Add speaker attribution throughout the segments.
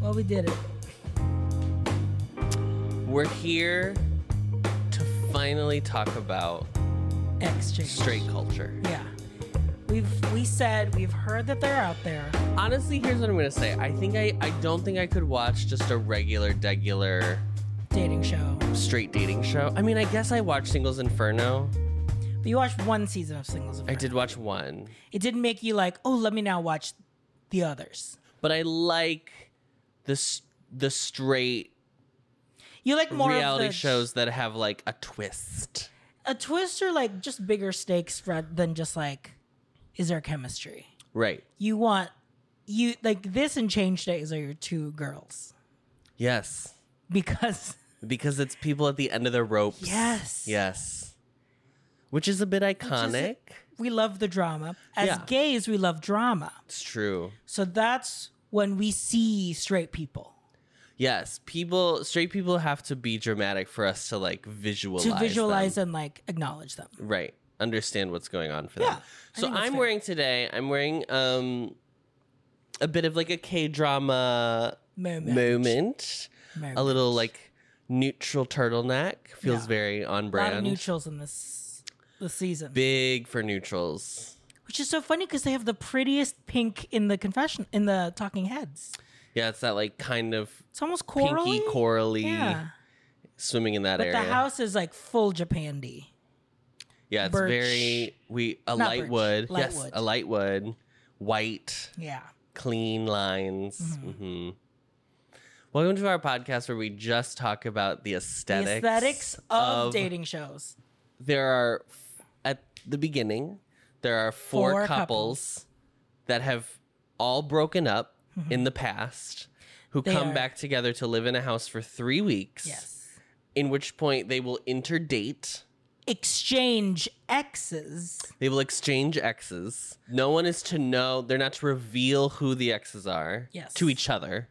Speaker 1: Well, we did it.
Speaker 2: We're here to finally talk about
Speaker 1: Exchange.
Speaker 2: straight culture.
Speaker 1: Yeah. We've we said we've heard that they're out there.
Speaker 2: Honestly, here's what I'm gonna say. I think I, I don't think I could watch just a regular, degular
Speaker 1: Dating show.
Speaker 2: straight dating show. I mean, I guess I watched Singles Inferno.
Speaker 1: But you watched one season of Singles.
Speaker 2: I
Speaker 1: Inferno.
Speaker 2: did watch one,
Speaker 1: It didn't make you like, oh, let me now watch the others.
Speaker 2: but I like the s- the straight
Speaker 1: You like more
Speaker 2: reality
Speaker 1: of the,
Speaker 2: shows that have like a twist.
Speaker 1: A twist or like just bigger stakes ra- than just like, is there chemistry?
Speaker 2: Right.
Speaker 1: You want you like this and Change Days are your two girls
Speaker 2: Yes.
Speaker 1: because
Speaker 2: Because it's people at the end of their ropes.
Speaker 1: Yes.
Speaker 2: Yes. Which is a bit iconic.
Speaker 1: we love the drama. As
Speaker 2: Yeah.
Speaker 1: gays, we love drama.
Speaker 2: It's true.
Speaker 1: So that's when we see straight people.
Speaker 2: Yes, people, straight people have to be dramatic for us to like visualize.
Speaker 1: to visualize
Speaker 2: them.
Speaker 1: and like acknowledge them.
Speaker 2: Right. Understand what's going on for
Speaker 1: Yeah, I
Speaker 2: them. So
Speaker 1: think that's
Speaker 2: I'm
Speaker 1: fair.
Speaker 2: wearing today, I'm wearing um a bit of like a K drama
Speaker 1: Moment.
Speaker 2: moment. A little like neutral turtleneck. Feels
Speaker 1: Yeah.
Speaker 2: very
Speaker 1: A
Speaker 2: on
Speaker 1: lot of
Speaker 2: brand.
Speaker 1: neutrals in this this season,
Speaker 2: Big for neutrals.
Speaker 1: which is so funny because they have the prettiest pink in the confession in the Talking Heads.
Speaker 2: Yeah, it's that like kind of
Speaker 1: It's almost corally.
Speaker 2: pinky corally
Speaker 1: Yeah,
Speaker 2: swimming in that
Speaker 1: but
Speaker 2: area.
Speaker 1: the house is like full Japandy.
Speaker 2: yeah, it's
Speaker 1: birch-
Speaker 2: very we a
Speaker 1: not
Speaker 2: light
Speaker 1: birch,
Speaker 2: wood.
Speaker 1: light
Speaker 2: yes,
Speaker 1: wood.
Speaker 2: a light wood. White.
Speaker 1: Yeah,
Speaker 2: clean lines.
Speaker 1: Mm-hmm.
Speaker 2: hmm Welcome to our podcast where we just talk about the aesthetics.
Speaker 1: the aesthetics of, dating shows.
Speaker 2: There are, at the beginning, there are four,
Speaker 1: Four
Speaker 2: couples, that have all broken up in the past who
Speaker 1: Mm-hmm. They
Speaker 2: come
Speaker 1: are-
Speaker 2: back together to live in a house for three weeks.
Speaker 1: Yes,
Speaker 2: In which point they will interdate.
Speaker 1: exchange exes.
Speaker 2: They will exchange exes. No one is to know, they're not to reveal who the exes are
Speaker 1: Yes.
Speaker 2: to each other.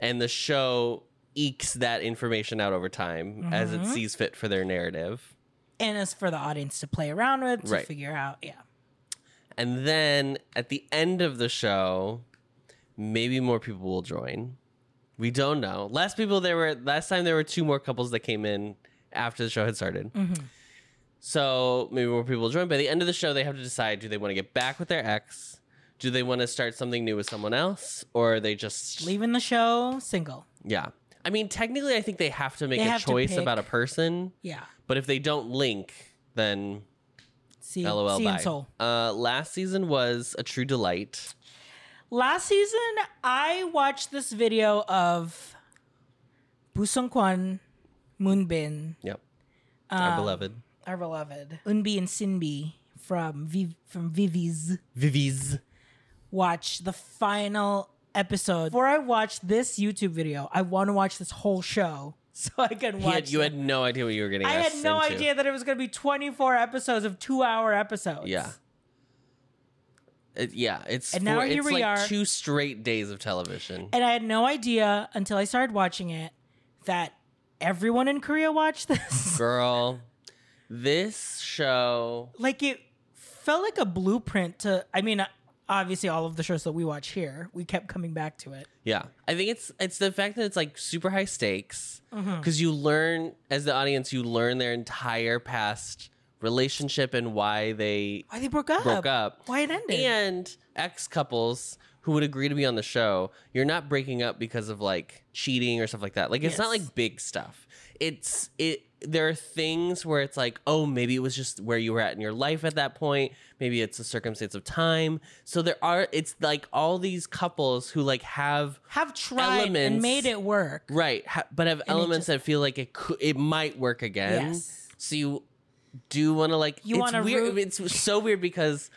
Speaker 2: And the show ekes that information out over time as it sees fit for their narrative.
Speaker 1: And it's for the audience to play around with to
Speaker 2: Right.
Speaker 1: figure out. Yeah,
Speaker 2: And then at the end of the show, maybe more people will join. We don't know. Last people there were last time there were two more couples that came in after the show had started.
Speaker 1: Mm-hmm.
Speaker 2: So maybe more people will join. By the end of the show, they have to decide: do they want to get back with their ex? Do they want to start something new with someone else, or are they just
Speaker 1: leaving the show single.
Speaker 2: Yeah, I mean, technically, I think they have to make
Speaker 1: They
Speaker 2: a
Speaker 1: have to
Speaker 2: choice
Speaker 1: pick.
Speaker 2: about a person.
Speaker 1: Yeah,
Speaker 2: But if they don't link, then
Speaker 1: see,
Speaker 2: lol.
Speaker 1: see you in
Speaker 2: bye.
Speaker 1: Seoul.
Speaker 2: Uh, last season was a true delight.
Speaker 1: Last season, I watched this video of Busung Kwan, Moonbin,
Speaker 2: Yep. Our beloved.
Speaker 1: our beloved, Unbi and Sinbi from v- from Vivi's
Speaker 2: Vivi's.
Speaker 1: watch the final episode. Before I watch this YouTube video, I want to watch this whole show so I can
Speaker 2: He
Speaker 1: watch.
Speaker 2: had, you
Speaker 1: it.
Speaker 2: had no idea what you were getting
Speaker 1: I had
Speaker 2: us
Speaker 1: no
Speaker 2: into.
Speaker 1: idea that it was going to be 24 episodes of two hour episodes.
Speaker 2: Yeah. It- yeah, it's
Speaker 1: And now
Speaker 2: four-
Speaker 1: here
Speaker 2: it's
Speaker 1: we
Speaker 2: like
Speaker 1: are.
Speaker 2: two straight days of television.
Speaker 1: And I had no idea until I started watching it that everyone in Korea watched this.
Speaker 2: Girl, this show
Speaker 1: like it felt like a blueprint to i mean uh, obviously all of the shows that we watch here we kept coming back to it
Speaker 2: Yeah, I think it's it's the fact that it's like super high stakes because you learn as the audience, you learn their entire past relationship and why they
Speaker 1: why they broke up
Speaker 2: broke up,
Speaker 1: why it ended
Speaker 2: and ex couples who would agree to be on the show. You're not breaking up because of like cheating or stuff like that. Like it's not
Speaker 1: Yes.
Speaker 2: like big stuff. It's it. There are things where it's like, oh, maybe it was just where you were at in your life at that point. Maybe it's a circumstance of time. So there are. It's like all these couples who like have
Speaker 1: have tried and
Speaker 2: elements-
Speaker 1: made it work
Speaker 2: Right, ha- but have
Speaker 1: it
Speaker 2: elements
Speaker 1: just-
Speaker 2: that feel like it could, it might work again.
Speaker 1: Yes.
Speaker 2: So you do want to like
Speaker 1: You
Speaker 2: it's
Speaker 1: wanna
Speaker 2: weird.
Speaker 1: root- Uh-huh.
Speaker 2: It's so weird because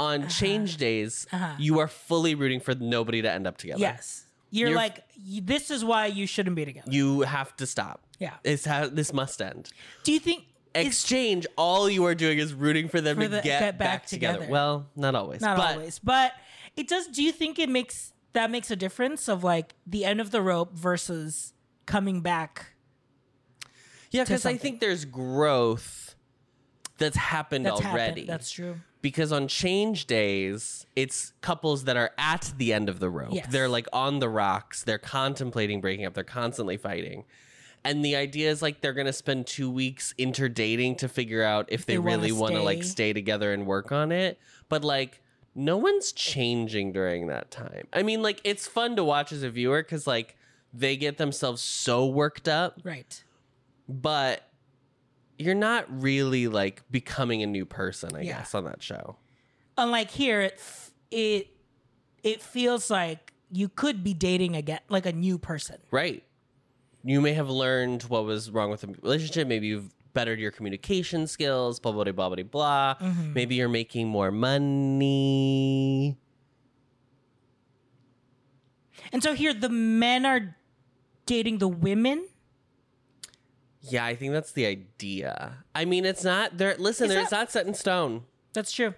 Speaker 2: on change days you are fully rooting for nobody to end up together.
Speaker 1: Yes. You're,
Speaker 2: You're-
Speaker 1: like, "Y- this is why you shouldn't be together.
Speaker 2: You have to stop.
Speaker 1: Yeah.
Speaker 2: It's ha- this must end.
Speaker 1: Do you think it's
Speaker 2: Exchange, all you are doing is rooting for them
Speaker 1: For
Speaker 2: to
Speaker 1: the-
Speaker 2: get, back, together. Well, not always.
Speaker 1: not
Speaker 2: but
Speaker 1: always, but it does. Do you think it makes that makes a difference of like the end of the rope versus coming back?
Speaker 2: Yeah, because I
Speaker 1: something.
Speaker 2: think there's growth that's happened
Speaker 1: That's happened.
Speaker 2: already.
Speaker 1: That's true.
Speaker 2: because on change days, it's couples that are at the end of the rope.
Speaker 1: Yes.
Speaker 2: They're like on the rocks. They're contemplating breaking up. They're constantly fighting. And the idea is like they're going to spend two weeks interdating to figure out if they,
Speaker 1: They wanna
Speaker 2: really want to like
Speaker 1: stay.
Speaker 2: stay together and work on it. But like, no one's changing during that time. I mean, like, it's fun to watch as a viewer because like they get themselves so worked up
Speaker 1: Right.
Speaker 2: but you're not really like becoming a new person, I
Speaker 1: Yeah.
Speaker 2: guess, on that show.
Speaker 1: Unlike here, it f- it it feels like you could be dating again, like a new person.
Speaker 2: Right. You may have learned what was wrong with the relationship. Maybe you've bettered your communication skills, blah, blah, blah, blah, blah. blah.
Speaker 1: Mm-hmm.
Speaker 2: Maybe you're making more money.
Speaker 1: And so here, the men are dating the women.
Speaker 2: Yeah, I think that's the idea. I mean, it's not there. Listen,
Speaker 1: Is
Speaker 2: there- it's
Speaker 1: that-
Speaker 2: not set in stone.
Speaker 1: That's true.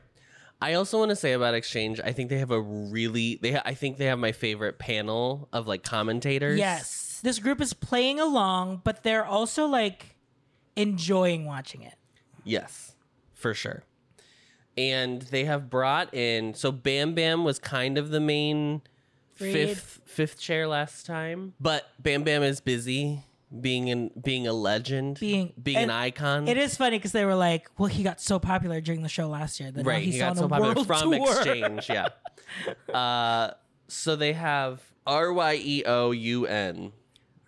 Speaker 2: I also want to say about Exchange, I think they have a really, they ha- I think they have my favorite panel of like commentators.
Speaker 1: Yes, this group is playing along, but they're also like enjoying watching it.
Speaker 2: Yes, for sure. And they have brought in so Bam Bam was kind of the main
Speaker 1: Reed.
Speaker 2: fifth fifth chair last time, but Bam Bam is busy being an being a legend,
Speaker 1: Being-
Speaker 2: being an
Speaker 1: and
Speaker 2: icon.
Speaker 1: It is funny because they were like, "Well, he got so popular during the show last year that now
Speaker 2: right.
Speaker 1: he's
Speaker 2: He got
Speaker 1: on
Speaker 2: so
Speaker 1: a
Speaker 2: popular
Speaker 1: world
Speaker 2: from
Speaker 1: tour."
Speaker 2: Exchange, yeah. Uh, so they have R Y E O U N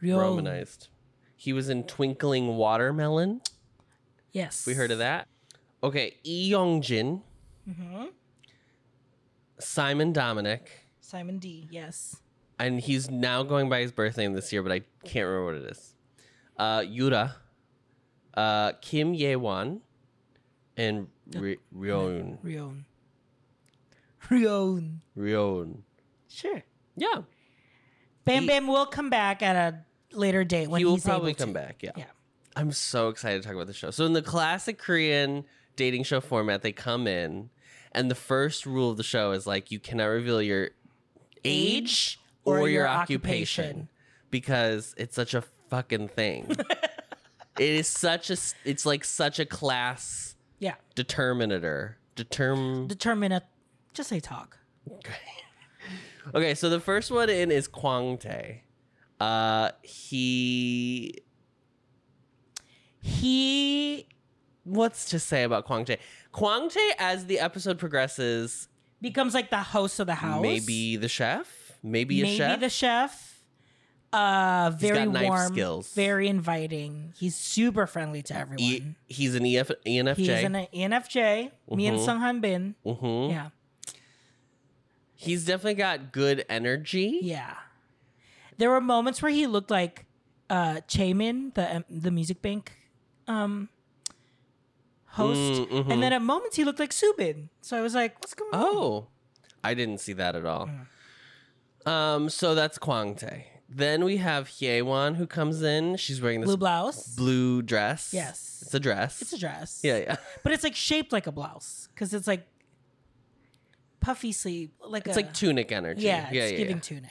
Speaker 1: Real-
Speaker 2: Romanized. He was in Twinkling Watermelon.
Speaker 1: Yes,
Speaker 2: We heard of that. Okay, Lee Young Jin, Simon Dominic,
Speaker 1: Simon D. Yes,
Speaker 2: and he's now going by his birth name this year, but I can't remember what it is. Uh, Yura, uh, Kim Ye Won, and Ri- Ryon.
Speaker 1: Rion. Rion.
Speaker 2: Ryon.
Speaker 1: Sure.
Speaker 2: Yeah,
Speaker 1: Bam
Speaker 2: He-
Speaker 1: Bam will come back at a later date when
Speaker 2: he will
Speaker 1: he's able
Speaker 2: probably
Speaker 1: to.
Speaker 2: come back. Yeah.
Speaker 1: Yeah.
Speaker 2: I'm so excited to talk about the show. So in the classic Korean dating show format, they come in, and the first rule of the show is like you cannot reveal your age or, your, occupation,
Speaker 1: occupation.
Speaker 2: because it's such a fucking thing. it is such a s- it's like such a class
Speaker 1: Yeah.
Speaker 2: determinator. Determ
Speaker 1: Determine a. Just say talk.
Speaker 2: Okay, so the first one in is Kwang Tae. Uh he
Speaker 1: He
Speaker 2: what's to say about Kwang Tae? Kwang Tae, as the episode progresses,
Speaker 1: becomes like the host of the house.
Speaker 2: maybe the chef, maybe a
Speaker 1: maybe
Speaker 2: chef.
Speaker 1: the chef. Uh, very
Speaker 2: got knife
Speaker 1: warm,
Speaker 2: skills.
Speaker 1: very inviting. He's super friendly to everyone.
Speaker 2: E- he's an EF- ENFJ.
Speaker 1: He's an E ENFJ. Me and
Speaker 2: Mhm.
Speaker 1: Sung Han Bin.
Speaker 2: Mhm.
Speaker 1: Yeah,
Speaker 2: He's definitely got good energy.
Speaker 1: yeah. There were moments where he looked like uh Chaemin, the um, the Music Bank um host,
Speaker 2: Mm, mhm.
Speaker 1: and then at moments he looked like Subin. So I was like, "What's going on?"
Speaker 2: Oh, I didn't see that at all.
Speaker 1: Mm.
Speaker 2: Um, so that's Kwang Tae. Then we have Hyewan who comes in. She's wearing this
Speaker 1: Blue
Speaker 2: blue,
Speaker 1: blouse.
Speaker 2: dress.
Speaker 1: Yes.
Speaker 2: it's a dress.
Speaker 1: It's a dress.
Speaker 2: Yeah, yeah.
Speaker 1: but it's like shaped like a blouse because it's like puffy sleeve, like
Speaker 2: It's
Speaker 1: a,
Speaker 2: like tunic energy.
Speaker 1: yeah,
Speaker 2: yeah,
Speaker 1: it's
Speaker 2: yeah,
Speaker 1: giving
Speaker 2: yeah.
Speaker 1: tunic.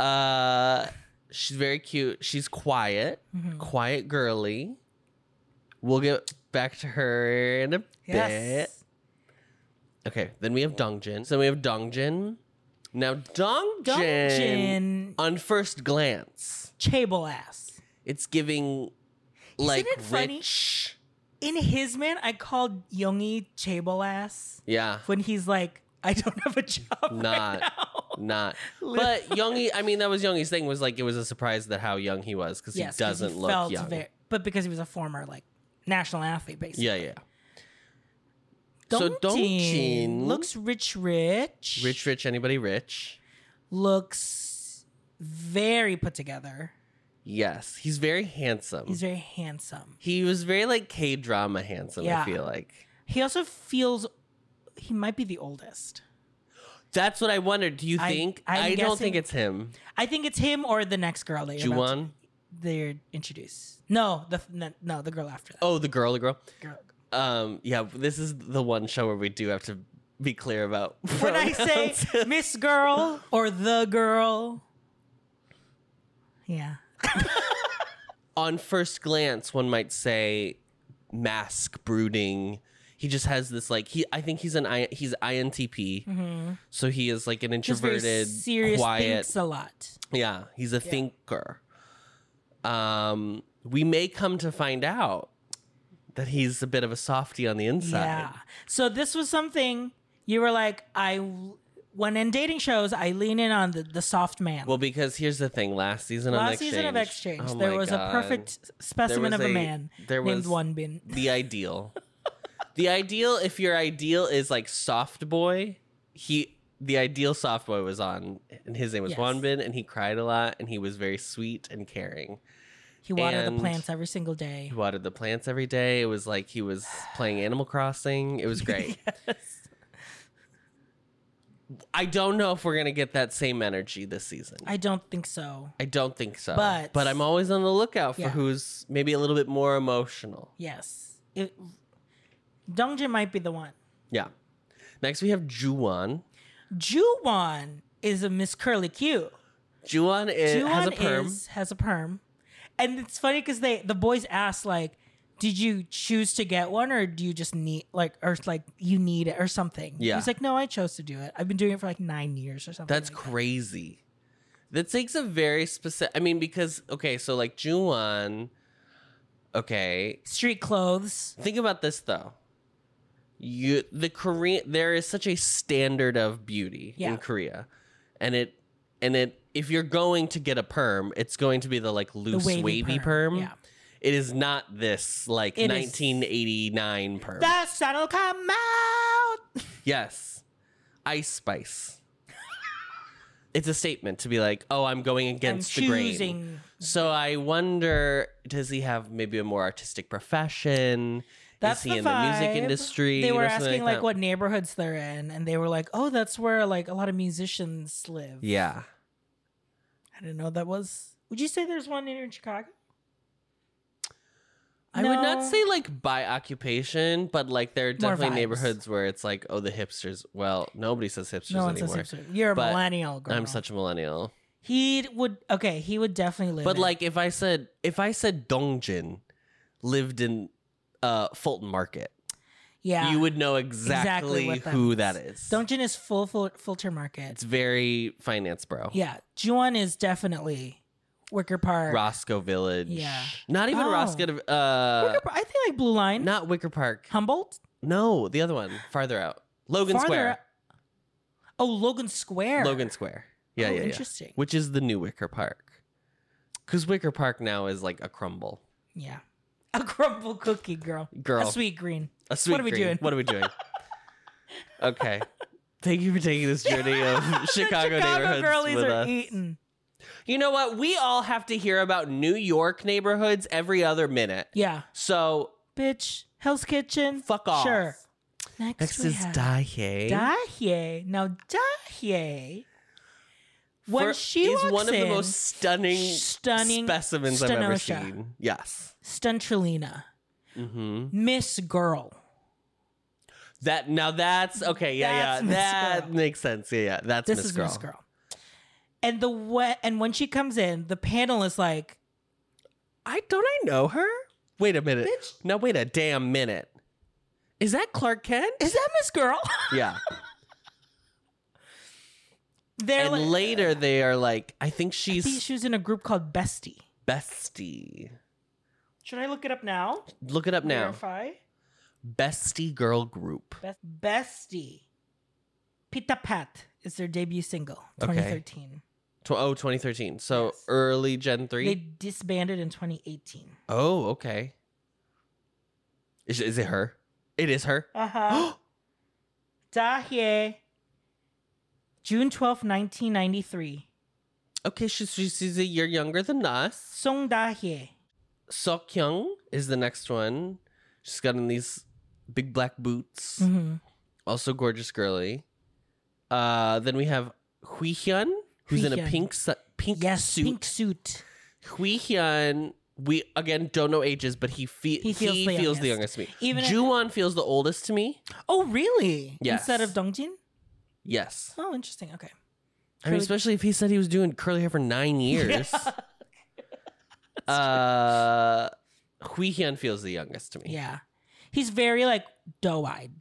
Speaker 2: Uh, she's very cute. She's quiet,
Speaker 1: Mm-hmm.
Speaker 2: quiet girly. We'll get back to her in a bit.
Speaker 1: Yes,
Speaker 2: Okay, then we have Dongjin. So we have Dongjin. Now Dongjin,
Speaker 1: Dongjin
Speaker 2: on first glance,
Speaker 1: Chable ass.
Speaker 2: it's giving like
Speaker 1: it funny?
Speaker 2: rich.
Speaker 1: In his man, I called Youngie Chable ass
Speaker 2: Yeah,
Speaker 1: when he's like, I don't have a job.
Speaker 2: Not.
Speaker 1: Right now.
Speaker 2: not. but Youngie, I mean, that was Youngie's thing. Was like it was a surprise that how young he was because
Speaker 1: Yes,
Speaker 2: he
Speaker 1: 'cause
Speaker 2: doesn't look young.
Speaker 1: ve- but because he was a former like national athlete, basically.
Speaker 2: yeah, yeah.
Speaker 1: Dong
Speaker 2: So
Speaker 1: Jin
Speaker 2: Dongjin-
Speaker 1: looks rich, rich,
Speaker 2: Rich, rich. Anybody rich?
Speaker 1: looks very put together.
Speaker 2: Yes, he's very handsome.
Speaker 1: He's very handsome.
Speaker 2: he was very like K drama handsome.
Speaker 1: Yeah.
Speaker 2: I feel like
Speaker 1: He also feels he might be the oldest.
Speaker 2: that's what I wondered. Do you
Speaker 1: I-
Speaker 2: think?
Speaker 1: I'm
Speaker 2: I don't
Speaker 1: guessing-
Speaker 2: think it's him.
Speaker 1: I think it's him or the next girl that you're about to-
Speaker 2: Juwan.
Speaker 1: they're introduced. No, the no, no, the girl after that.
Speaker 2: Oh, the girl, the girl.
Speaker 1: Girl.
Speaker 2: Um, yeah, this is the one show where we do have to be clear about.
Speaker 1: When I say
Speaker 2: pronouns.
Speaker 1: Miss Girl or the girl, yeah,
Speaker 2: on first glance, one might say mask brooding. He just has this like he. I think he's an I, he's INTP, so he is like an
Speaker 1: Mm-hmm. just very
Speaker 2: introverted,
Speaker 1: serious,
Speaker 2: quiet.
Speaker 1: thinks a lot.
Speaker 2: Yeah, he's a thinker. Um, we may come to find out that he's a bit of a softy on the inside.
Speaker 1: Yeah. So this was something you were like, I when in dating shows, I lean in on the, the soft man.
Speaker 2: Well, because here's the thing: last season on
Speaker 1: Last
Speaker 2: Exchange,
Speaker 1: season of Exchange,
Speaker 2: oh
Speaker 1: there
Speaker 2: my
Speaker 1: was a
Speaker 2: God.
Speaker 1: perfect s- specimen of
Speaker 2: was
Speaker 1: a,
Speaker 2: a-
Speaker 1: man
Speaker 2: there
Speaker 1: named
Speaker 2: was-
Speaker 1: One Bin.
Speaker 2: the ideal. the ideal, if your ideal is like soft boy, he the ideal soft boy was on, and his name was
Speaker 1: Yes.
Speaker 2: Wanbin, and he cried a lot, and he was very sweet and caring.
Speaker 1: He watered the
Speaker 2: and-
Speaker 1: plants every single day.
Speaker 2: He watered the plants every day. It was like he was playing Animal Crossing. It was great. I don't know if we're gonna get that same energy this season. I,
Speaker 1: I don't think so.
Speaker 2: don't think so.
Speaker 1: But-
Speaker 2: I'm always on the lookout for
Speaker 1: Yeah.
Speaker 2: who's maybe a little bit more emotional.
Speaker 1: Yes. It, Dongjin might be the one.
Speaker 2: Yeah. Next we have Juwan.
Speaker 1: Juwan is a Miss Curly Q.
Speaker 2: Juwan is,
Speaker 1: Juwan
Speaker 2: has a perm.
Speaker 1: is has a perm, and it's funny because they the boys ask like, "Did you choose to get one, or do you just need like, or like you need it or something?"
Speaker 2: Yeah.
Speaker 1: he's like, "No, I chose to do it. I've been doing it for like nine years or something."
Speaker 2: That's
Speaker 1: like
Speaker 2: crazy. That takes a very specific. I mean, because okay, so like Juwan. Okay,
Speaker 1: that. street clothes.
Speaker 2: think about this though. You the Korean there is such a standard of beauty
Speaker 1: Yeah.
Speaker 2: in Korea, and it and it if you're going to get a perm, it's going to be the like loose
Speaker 1: wavy
Speaker 2: wavy,
Speaker 1: perm,
Speaker 2: perm.
Speaker 1: yeah.
Speaker 2: It is not this like
Speaker 1: It is-
Speaker 2: 1989 perm.
Speaker 1: The sun'll come out.
Speaker 2: Yes. Ice Spice. it's a statement to be like, oh, I'm going against
Speaker 1: I'm
Speaker 2: the grain.
Speaker 1: choosing.
Speaker 2: So I wonder, does he have maybe a more artistic profession?
Speaker 1: That's
Speaker 2: Is he
Speaker 1: the
Speaker 2: in the
Speaker 1: vibe.
Speaker 2: music industry?
Speaker 1: They
Speaker 2: You
Speaker 1: were
Speaker 2: know, something
Speaker 1: asking like,
Speaker 2: that?
Speaker 1: what neighborhoods they're in, and they were like, "Oh, that's where like a lot of musicians live."
Speaker 2: Yeah.
Speaker 1: I didn't know that was. Would you say there's one in Chicago?
Speaker 2: I would not
Speaker 1: No.
Speaker 2: say like by occupation, but like there are
Speaker 1: More
Speaker 2: definitely
Speaker 1: vibes.
Speaker 2: neighborhoods where it's like, oh, the hipsters. Well, nobody says hipsters
Speaker 1: No one says
Speaker 2: anymore.
Speaker 1: hipster. You're a
Speaker 2: But
Speaker 1: millennial girl.
Speaker 2: I'm such a millennial.
Speaker 1: He would okay. He would definitely live.
Speaker 2: But
Speaker 1: in-
Speaker 2: like if I said if I said Dongjin lived in uh, Fulton Market,
Speaker 1: yeah,
Speaker 2: you would know exactly,
Speaker 1: what that
Speaker 2: who
Speaker 1: means.
Speaker 2: that is.
Speaker 1: Dongjin is full fil- filter market.
Speaker 2: it's very finance bro.
Speaker 1: Yeah, Juan is definitely Wicker Park.
Speaker 2: Roscoe Village.
Speaker 1: Yeah.
Speaker 2: Not even
Speaker 1: Oh.
Speaker 2: Roscoe.
Speaker 1: Wicker
Speaker 2: Uh,
Speaker 1: Park. I think like Blue Line,
Speaker 2: not Wicker Park.
Speaker 1: Humboldt,
Speaker 2: No, the other one farther out. Logan
Speaker 1: Farther
Speaker 2: Square.
Speaker 1: out- Oh, Logan Square.
Speaker 2: Logan Square. Yeah,
Speaker 1: Oh,
Speaker 2: yeah, yeah.
Speaker 1: interesting.
Speaker 2: Which is the new Wicker Park? Because Wicker Park now is like a crumble.
Speaker 1: Yeah, a crumble cookie girl.
Speaker 2: Girl.
Speaker 1: a sweet green.
Speaker 2: A sweet
Speaker 1: what are we
Speaker 2: green.
Speaker 1: doing?
Speaker 2: What are we doing? okay. Thank you for taking this journey of Chicago,
Speaker 1: the Chicago
Speaker 2: neighborhoods
Speaker 1: girlies
Speaker 2: with
Speaker 1: are e-
Speaker 2: us.
Speaker 1: eaten.
Speaker 2: You know what? We all have to hear about New York neighborhoods every other minute.
Speaker 1: Yeah,
Speaker 2: So
Speaker 1: bitch. Hell's Kitchen.
Speaker 2: fuck off.
Speaker 1: Sure. Next,
Speaker 2: Next
Speaker 1: we
Speaker 2: is
Speaker 1: have-
Speaker 2: Dahe.
Speaker 1: Dahye. Now Dahye, when
Speaker 2: For-
Speaker 1: she
Speaker 2: is
Speaker 1: walks
Speaker 2: one of
Speaker 1: in,
Speaker 2: the most stunning,
Speaker 1: stunning
Speaker 2: specimens I've ever
Speaker 1: Stenosha.
Speaker 2: seen. Yes.
Speaker 1: Stuntrilina,
Speaker 2: hmm
Speaker 1: Miss Girl.
Speaker 2: That now that's okay. Yeah,
Speaker 1: That's Miss
Speaker 2: yeah. That
Speaker 1: Girl.
Speaker 2: makes sense. Yeah, yeah. That's
Speaker 1: This
Speaker 2: Miss
Speaker 1: is
Speaker 2: Girl.
Speaker 1: Miss Girl. And the way, and when she comes in, the panel is like,
Speaker 2: I don't I know her? Wait a minute. Now wait a damn minute. Is that Clark Kent?
Speaker 1: "Is that Miss Girl?"
Speaker 2: yeah.
Speaker 1: They're
Speaker 2: and
Speaker 1: like,
Speaker 2: later they are like, I think
Speaker 1: I
Speaker 2: she's
Speaker 1: think she was in a group called Bestie.
Speaker 2: bestie.
Speaker 1: Should I look it up now?
Speaker 2: Look it up now.
Speaker 1: Verify.
Speaker 2: Bestie girl group.
Speaker 1: Best- Bestie. Pita Pat is their debut single,
Speaker 2: Okay.
Speaker 1: 2013.
Speaker 2: Tw- oh, 2013. So
Speaker 1: Yes.
Speaker 2: early Gen 3.
Speaker 1: They disbanded in 2018.
Speaker 2: Oh, okay. Is, is it her? It is her.
Speaker 1: Uh
Speaker 2: Uh-huh.
Speaker 1: huh. Dahye, June twelfth, nineteen 1993.
Speaker 2: Okay, she, she, she's a year younger than us.
Speaker 1: Song Da-hye.
Speaker 2: Sok Kyung is the next one. She's got on these big black boots.
Speaker 1: Mm-hmm.
Speaker 2: Also gorgeous girly. Uh, then we have Hui Hyun, who's in a
Speaker 1: Hui Hyun.
Speaker 2: pink su- pink
Speaker 1: Yes,
Speaker 2: suit.
Speaker 1: pink suit.
Speaker 2: Hui Hyun, we again don't know ages, but he, fe-
Speaker 1: He feels the youngest.
Speaker 2: youngest to me.
Speaker 1: Even if-
Speaker 2: Juwon feels the oldest to me.
Speaker 1: Oh, really?
Speaker 2: Yes.
Speaker 1: Instead of Dongjin?
Speaker 2: Yes.
Speaker 1: Oh, interesting. Okay.
Speaker 2: I mean,
Speaker 1: Curly-
Speaker 2: especially if he said he was doing curly hair for nine years. uh, Hui Hyun feels the youngest to me.
Speaker 1: Yeah. He's very like doe-eyed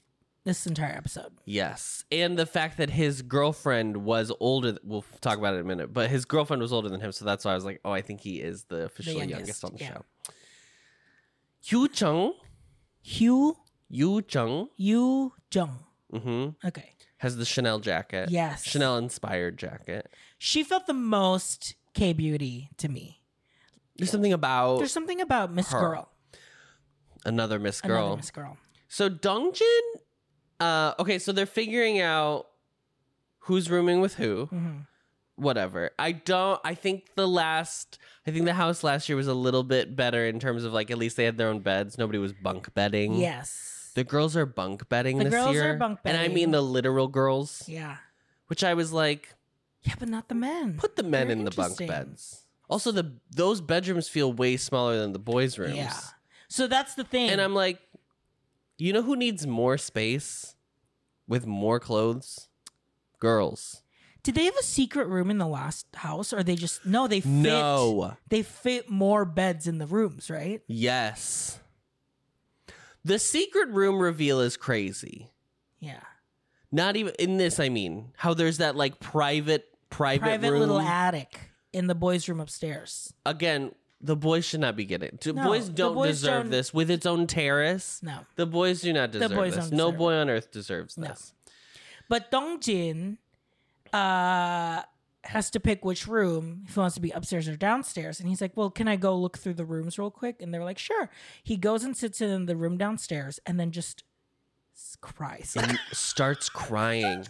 Speaker 1: this entire episode.
Speaker 2: Yes, and the fact that his girlfriend was older. Th- we'll talk about it in a minute, but his girlfriend was older than him, so that's why I was like, "Oh, I think he is the officially youngest.
Speaker 1: youngest,
Speaker 2: on the
Speaker 1: yeah.
Speaker 2: show." Yu Chung,
Speaker 1: Hugh
Speaker 2: Yu Chung,
Speaker 1: Yu Jung.
Speaker 2: hmm
Speaker 1: Okay.
Speaker 2: has the Chanel jacket.
Speaker 1: Yes.
Speaker 2: Chanel inspired jacket.
Speaker 1: She felt the most K beauty to me.
Speaker 2: There's something about
Speaker 1: There's something about Miss
Speaker 2: Oh. Her.
Speaker 1: Girl.
Speaker 2: another Miss
Speaker 1: Another
Speaker 2: Girl.
Speaker 1: Miss Girl.
Speaker 2: So Dongjin, uh, okay, so they're figuring out who's rooming with who.
Speaker 1: hmm
Speaker 2: whatever. I don't I think the last I think the house last year was a little bit better in terms of like at least they had their own beds. Nobody was bunk bedding.
Speaker 1: Yes.
Speaker 2: The girls are bunk bedding
Speaker 1: The
Speaker 2: this
Speaker 1: girls are
Speaker 2: year.
Speaker 1: bunk
Speaker 2: And I
Speaker 1: bedding.
Speaker 2: mean the literal girls,
Speaker 1: yeah.
Speaker 2: which I was like
Speaker 1: Yeah, but not the men.
Speaker 2: put the men
Speaker 1: Very
Speaker 2: in the bunk
Speaker 1: interesting.
Speaker 2: beds. Also the those bedrooms feel way smaller than the boys rooms.
Speaker 1: Yeah. So that's the thing.
Speaker 2: And I'm like you know who needs more space with more clothes? Girls.
Speaker 1: Did they have a secret room in the last house, or they just no? They fit.
Speaker 2: No.
Speaker 1: They fit more beds in the rooms, right?
Speaker 2: Yes. The secret room reveal is crazy.
Speaker 1: Yeah.
Speaker 2: Not even in this, I mean, how there's that like private, private,
Speaker 1: Private
Speaker 2: room.
Speaker 1: little attic in the boys' room upstairs.
Speaker 2: Again, the boys should not be getting. The
Speaker 1: No,
Speaker 2: boys
Speaker 1: the
Speaker 2: don't
Speaker 1: boys
Speaker 2: deserve
Speaker 1: don't-
Speaker 2: this with its own terrace.
Speaker 1: No,
Speaker 2: The boys do not deserve
Speaker 1: boys
Speaker 2: this.
Speaker 1: don't
Speaker 2: No
Speaker 1: deserve
Speaker 2: boy on earth deserves
Speaker 1: No.
Speaker 2: this.
Speaker 1: but Dongjin uh, has to pick which room if he wants to be upstairs or downstairs, and he's like, "Well, can I go look through the rooms real quick?" And they're like, "Sure." He goes and sits in the room downstairs, and then just s- cries.
Speaker 2: And starts crying.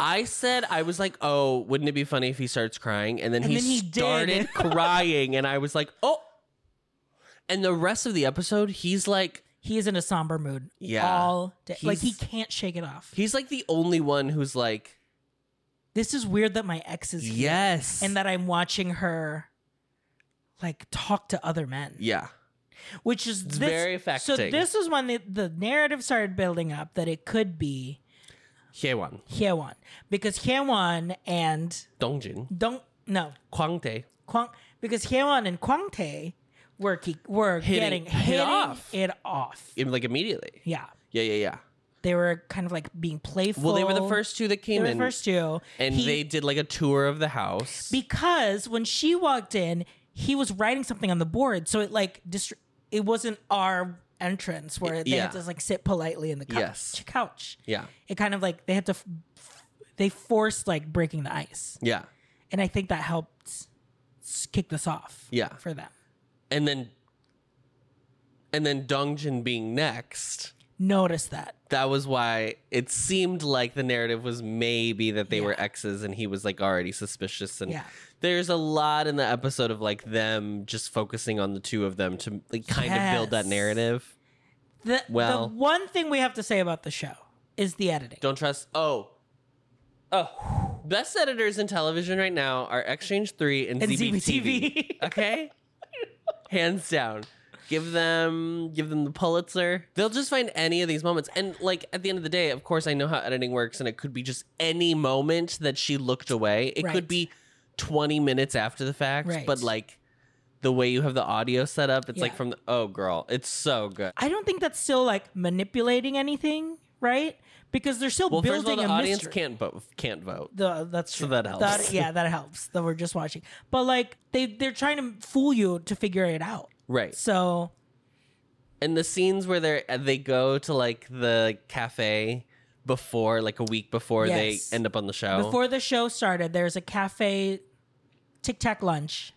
Speaker 2: I said I was like, oh, wouldn't it be funny if he starts crying? And then,
Speaker 1: And
Speaker 2: he,
Speaker 1: then he did.
Speaker 2: started crying, and I was like, oh. And the rest of the episode, he's like
Speaker 1: he is in a somber mood
Speaker 2: Yeah.
Speaker 1: all day. like he
Speaker 2: He's-
Speaker 1: can't shake it off.
Speaker 2: He's like the only one who's like,
Speaker 1: this is weird that my ex is here.
Speaker 2: yes.
Speaker 1: and that I'm watching her like talk to other men,
Speaker 2: yeah.
Speaker 1: which is
Speaker 2: It's
Speaker 1: this-
Speaker 2: very affecting.
Speaker 1: So this is when the, the narrative started building up that it could be
Speaker 2: Hyewan,
Speaker 1: Hyewon because Hyewon and
Speaker 2: Dongjin,
Speaker 1: don't no
Speaker 2: Kwangtae.
Speaker 1: Kwang because Hyewon and Kwangtae were ke- were getting
Speaker 2: Hitting- hit
Speaker 1: hitting
Speaker 2: off.
Speaker 1: it off.
Speaker 2: im- Like immediately.
Speaker 1: Yeah,
Speaker 2: Yeah, yeah, yeah.
Speaker 1: they were kind of like being playful.
Speaker 2: Well, they were the first two
Speaker 1: They
Speaker 2: that came
Speaker 1: were the
Speaker 2: in.
Speaker 1: first two,
Speaker 2: and
Speaker 1: He-
Speaker 2: they did like a tour of the house.
Speaker 1: because when she walked in, he was writing something on the board, so it like dist- it wasn't our entrance where they had
Speaker 2: Yeah.
Speaker 1: to like sit politely in the couch.
Speaker 2: Yes.
Speaker 1: couch.
Speaker 2: yeah.
Speaker 1: It kind of like they had to f- f- they forced like breaking the ice,
Speaker 2: Yeah.
Speaker 1: and I think that helped s- kick this off.
Speaker 2: Yeah.
Speaker 1: for them.
Speaker 2: And then, and then Dongjin being next.
Speaker 1: Notice that.
Speaker 2: That was why it seemed like the narrative was maybe that they were
Speaker 1: Yeah.
Speaker 2: exes and he was like already suspicious and
Speaker 1: Yeah.
Speaker 2: there's a lot in the episode of like them just focusing on the two of them to like kind of build that
Speaker 1: Yes.
Speaker 2: narrative.
Speaker 1: The,
Speaker 2: Well-
Speaker 1: the one thing we have to say about the show is the editing.
Speaker 2: Don't trust. Oh, oh, best editors in television right now are Exchange Three and,
Speaker 1: And
Speaker 2: ZBTV.
Speaker 1: ZBTV.
Speaker 2: okay, hands down. Give them, give them the Pulitzer. They'll just find any of these moments. And like at the end of the day, of course, I know how editing works, and it could be just any moment that she looked away. It could
Speaker 1: Right.
Speaker 2: be twenty minutes after the fact,
Speaker 1: Right.
Speaker 2: but like. The way you have the audio set up, it's like
Speaker 1: Yeah.
Speaker 2: from the oh girl, it's so good.
Speaker 1: I don't think that's still like manipulating anything, right? Because they're still
Speaker 2: Well,
Speaker 1: building
Speaker 2: first of all, the
Speaker 1: a
Speaker 2: audience
Speaker 1: mystery.
Speaker 2: can't vote. Can't vote.
Speaker 1: The, that's
Speaker 2: So
Speaker 1: true.
Speaker 2: that helps.
Speaker 1: yeah, that helps. That we're just watching, but like they they're trying to fool you to figure it out.
Speaker 2: Right.
Speaker 1: So
Speaker 2: and the scenes where they are they go to like the cafe before like a week before
Speaker 1: Yes.
Speaker 2: they end up on the show
Speaker 1: before the show started, there's a cafe tic tac lunch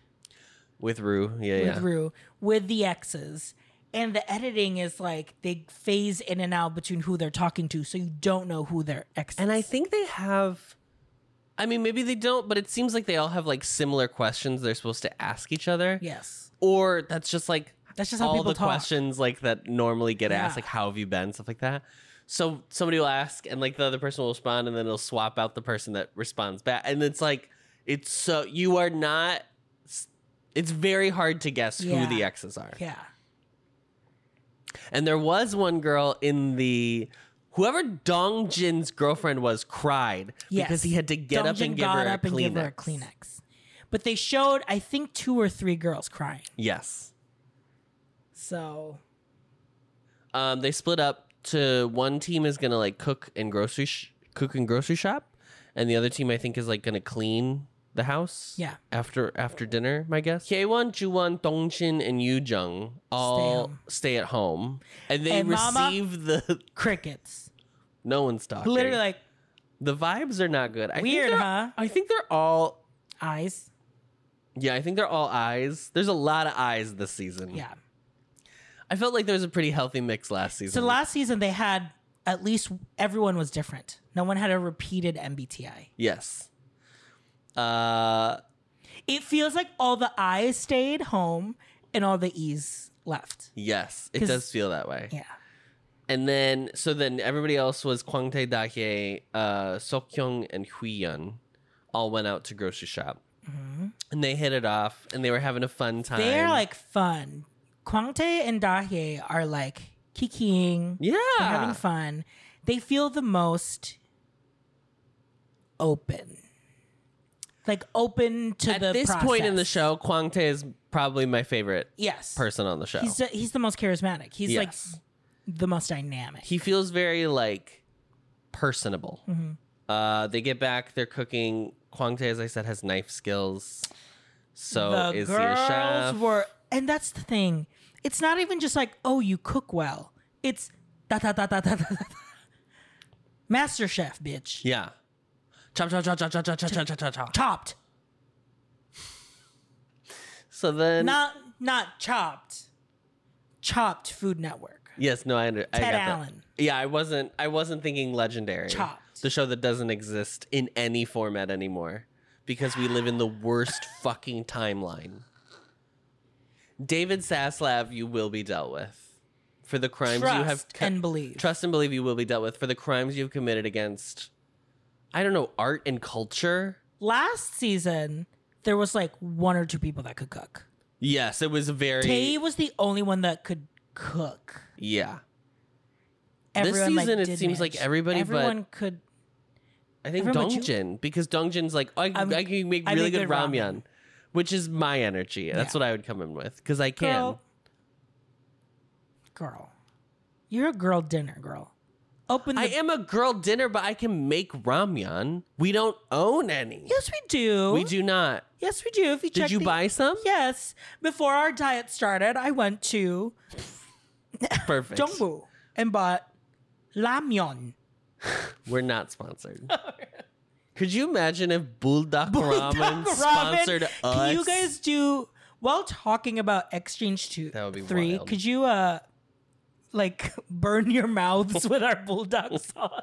Speaker 2: with Rue. Yeah, yeah.
Speaker 1: with Rue with the exes. And the editing is like they phase in and out between who they're talking to, so you don't know who their ex.
Speaker 2: And I
Speaker 1: is.
Speaker 2: think they have I mean, maybe they don't, but it seems like they all have like similar questions they're supposed to ask each other.
Speaker 1: Yes.
Speaker 2: Or that's just like
Speaker 1: That's just how
Speaker 2: all
Speaker 1: people
Speaker 2: the
Speaker 1: talk.
Speaker 2: questions like that normally get
Speaker 1: Yeah.
Speaker 2: asked, like how have you been, stuff like that. So somebody will ask, and like the other person will respond, and then it'll swap out the person that responds back, and it's like it's so you are not. It's very hard to guess
Speaker 1: Yeah.
Speaker 2: who the exes are.
Speaker 1: Yeah.
Speaker 2: And there was one girl in the whoever Dong Jin's girlfriend was cried
Speaker 1: Yes.
Speaker 2: because he had to get up
Speaker 1: Dungeon
Speaker 2: and give
Speaker 1: got
Speaker 2: her
Speaker 1: up
Speaker 2: a
Speaker 1: and
Speaker 2: Kleenex.
Speaker 1: give her a Kleenex. But they showed, I think, two or three girls crying.
Speaker 2: Yes.
Speaker 1: So
Speaker 2: Um, they split up to one team is gonna like cook and grocery sh- cook and grocery shop, and the other team I think is like gonna clean the house.
Speaker 1: Yeah.
Speaker 2: After after dinner, my guess. K1, Juwon, Dongjin, and Yujung all
Speaker 1: home.
Speaker 2: stay at home, and they
Speaker 1: And Mama-
Speaker 2: receive the
Speaker 1: crickets.
Speaker 2: no one's talking.
Speaker 1: Literally like
Speaker 2: the vibes are not good. I think
Speaker 1: Weird,
Speaker 2: they're-
Speaker 1: huh?
Speaker 2: I think they're all
Speaker 1: eyes.
Speaker 2: Yeah, I think they're all eyes. There's a lot of eyes this season.
Speaker 1: Yeah.
Speaker 2: I felt like there was a pretty healthy mix last season.
Speaker 1: So last season they had at least everyone was different. No one had a repeated MBTI.
Speaker 2: yes. Uh
Speaker 1: It feels like all the I's stayed home and all the E's left.
Speaker 2: yes, it
Speaker 1: 'Cause-
Speaker 2: does feel that way.
Speaker 1: Yeah.
Speaker 2: And then so then everybody else was Kwang Tae Dahye, uh Sokyung and Huiyun all went out to grocery shop. And they hit it off and they were having a fun time.
Speaker 1: Mm-hmm. They're like fun. Kwangte and Dahye are like kikiing.
Speaker 2: Yeah.
Speaker 1: They're having fun. They feel the most open. Like open to
Speaker 2: At
Speaker 1: the
Speaker 2: this point in the
Speaker 1: process.
Speaker 2: show, Kwang Tae is probably my favorite
Speaker 1: Yes.
Speaker 2: person on the show.
Speaker 1: He's the, he's the most charismatic. He's
Speaker 2: Yes.
Speaker 1: like the most dynamic.
Speaker 2: he feels very like personable.
Speaker 1: Mm-hmm.
Speaker 2: Uh, they get back, they're cooking. Kwang Tae, as I said, has knife skills. So
Speaker 1: the
Speaker 2: is he a
Speaker 1: girls
Speaker 2: chef?
Speaker 1: were, and that's the thing. It's not even just like, oh, you cook well. It's da da da da da da. da. Master Chef, bitch.
Speaker 2: yeah. Chop chop chop chop chop chop chop chop chop chop chop.
Speaker 1: Chopped,
Speaker 2: So then,
Speaker 1: not not chopped. Chopped Food Network.
Speaker 2: yes, no, I, under, I got
Speaker 1: Ted
Speaker 2: that.
Speaker 1: Allen.
Speaker 2: Yeah, I wasn't. I wasn't thinking legendary.
Speaker 1: Chopped.
Speaker 2: the show that doesn't exist in any format anymore because we live in the worst fucking timeline. David Saslav, you will be dealt with for the crimes
Speaker 1: Trust
Speaker 2: you have co-
Speaker 1: and believe.
Speaker 2: Trust and believe you will be dealt with for the crimes you've committed against, I don't know, art and culture.
Speaker 1: Last season, there was like one or two people that could cook.
Speaker 2: Yes, it was very.
Speaker 1: Tay was the only one that could cook.
Speaker 2: yeah.
Speaker 1: Everyone, like,
Speaker 2: season, it
Speaker 1: did
Speaker 2: seems like
Speaker 1: manage.
Speaker 2: everybody but-
Speaker 1: everyone could
Speaker 2: I think
Speaker 1: Everyone, would you-
Speaker 2: Dongjin, because Dongjin's like, oh, I,
Speaker 1: I'm-
Speaker 2: I can make
Speaker 1: I
Speaker 2: really
Speaker 1: make good
Speaker 2: good
Speaker 1: ramen."
Speaker 2: ramyun, which is my energy. That's
Speaker 1: Yeah.
Speaker 2: what I would come in with because I can.
Speaker 1: Girl. girl. You're a girl dinner girl. Open the
Speaker 2: I am a girl dinner, but I can make ramyun. We don't own any.
Speaker 1: Yes, we do.
Speaker 2: We do not.
Speaker 1: Yes, we do. If you
Speaker 2: Did
Speaker 1: check
Speaker 2: you
Speaker 1: the-
Speaker 2: buy some?
Speaker 1: Yes. Before our diet started, I went to
Speaker 2: Perfect.
Speaker 1: Jongbu and bought ramyeon.
Speaker 2: We're not sponsored. Could you imagine if Bulldog, Ramen
Speaker 1: Bulldog
Speaker 2: sponsored
Speaker 1: ramen.
Speaker 2: us?
Speaker 1: Can you guys do while talking about exchange two
Speaker 2: That would be
Speaker 1: three?
Speaker 2: wild.
Speaker 1: Could you uh like burn your mouths with our bulldog sauce?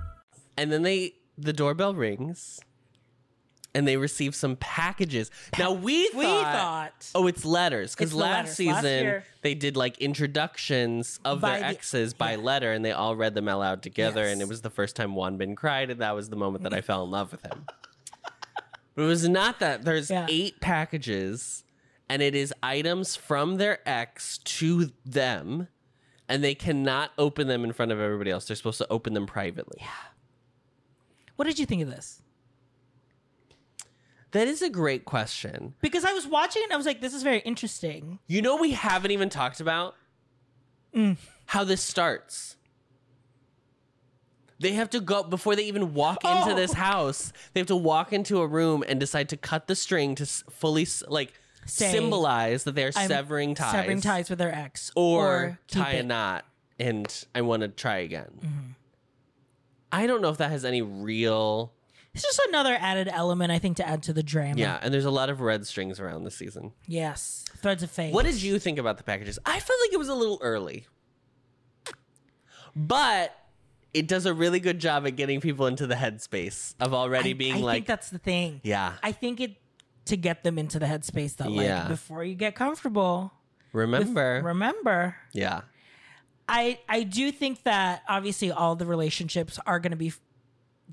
Speaker 2: and then they the doorbell rings, and they receive some packages. now we thought,
Speaker 1: We thought
Speaker 2: oh, it's letters
Speaker 1: It's
Speaker 2: because
Speaker 1: the
Speaker 2: last
Speaker 1: letters. Last
Speaker 2: season
Speaker 1: year-
Speaker 2: they did like introductions of
Speaker 1: By
Speaker 2: their
Speaker 1: the-
Speaker 2: exes by letter, and they all read them aloud together. And
Speaker 1: Yes.
Speaker 2: it was the first time Wan Bin cried, and that was the moment that I fell in love with him. But it was not that. There's
Speaker 1: Yeah.
Speaker 2: eight packages, and it is items from their ex to them, and they cannot open them in front of everybody else. They're supposed to open them privately.
Speaker 1: What did you think of this?
Speaker 2: That is a great question.
Speaker 1: Because I was watching it and I was like, this is very interesting.
Speaker 2: You know, we haven't even talked about how this starts. They have to go before they even walk into
Speaker 1: Oh.
Speaker 2: this house. They have to walk into a room and decide to cut the string to s- fully s- like
Speaker 1: Say,
Speaker 2: symbolize that they are
Speaker 1: I'm
Speaker 2: severing ties,
Speaker 1: Severing ties with their ex.
Speaker 2: or,
Speaker 1: keep
Speaker 2: tie a
Speaker 1: it. Mm-hmm.
Speaker 2: knot. And I want to try again. I don't know if that has any real.
Speaker 1: It's just another added element, I think, to add to the drama.
Speaker 2: Yeah, and there's a lot of red strings around this season.
Speaker 1: Yes. Threads of fate.
Speaker 2: What did you think about the packages? I felt like it was a little early, but it does a really good job at getting people into the headspace of already
Speaker 1: I,
Speaker 2: being
Speaker 1: I
Speaker 2: like,
Speaker 1: think that's the thing.
Speaker 2: yeah.
Speaker 1: I think it to get them into the headspace that like
Speaker 2: Yeah.
Speaker 1: before you get comfortable. with-
Speaker 2: remember,
Speaker 1: remember.
Speaker 2: yeah,
Speaker 1: I I do think that obviously all the relationships are going to be f-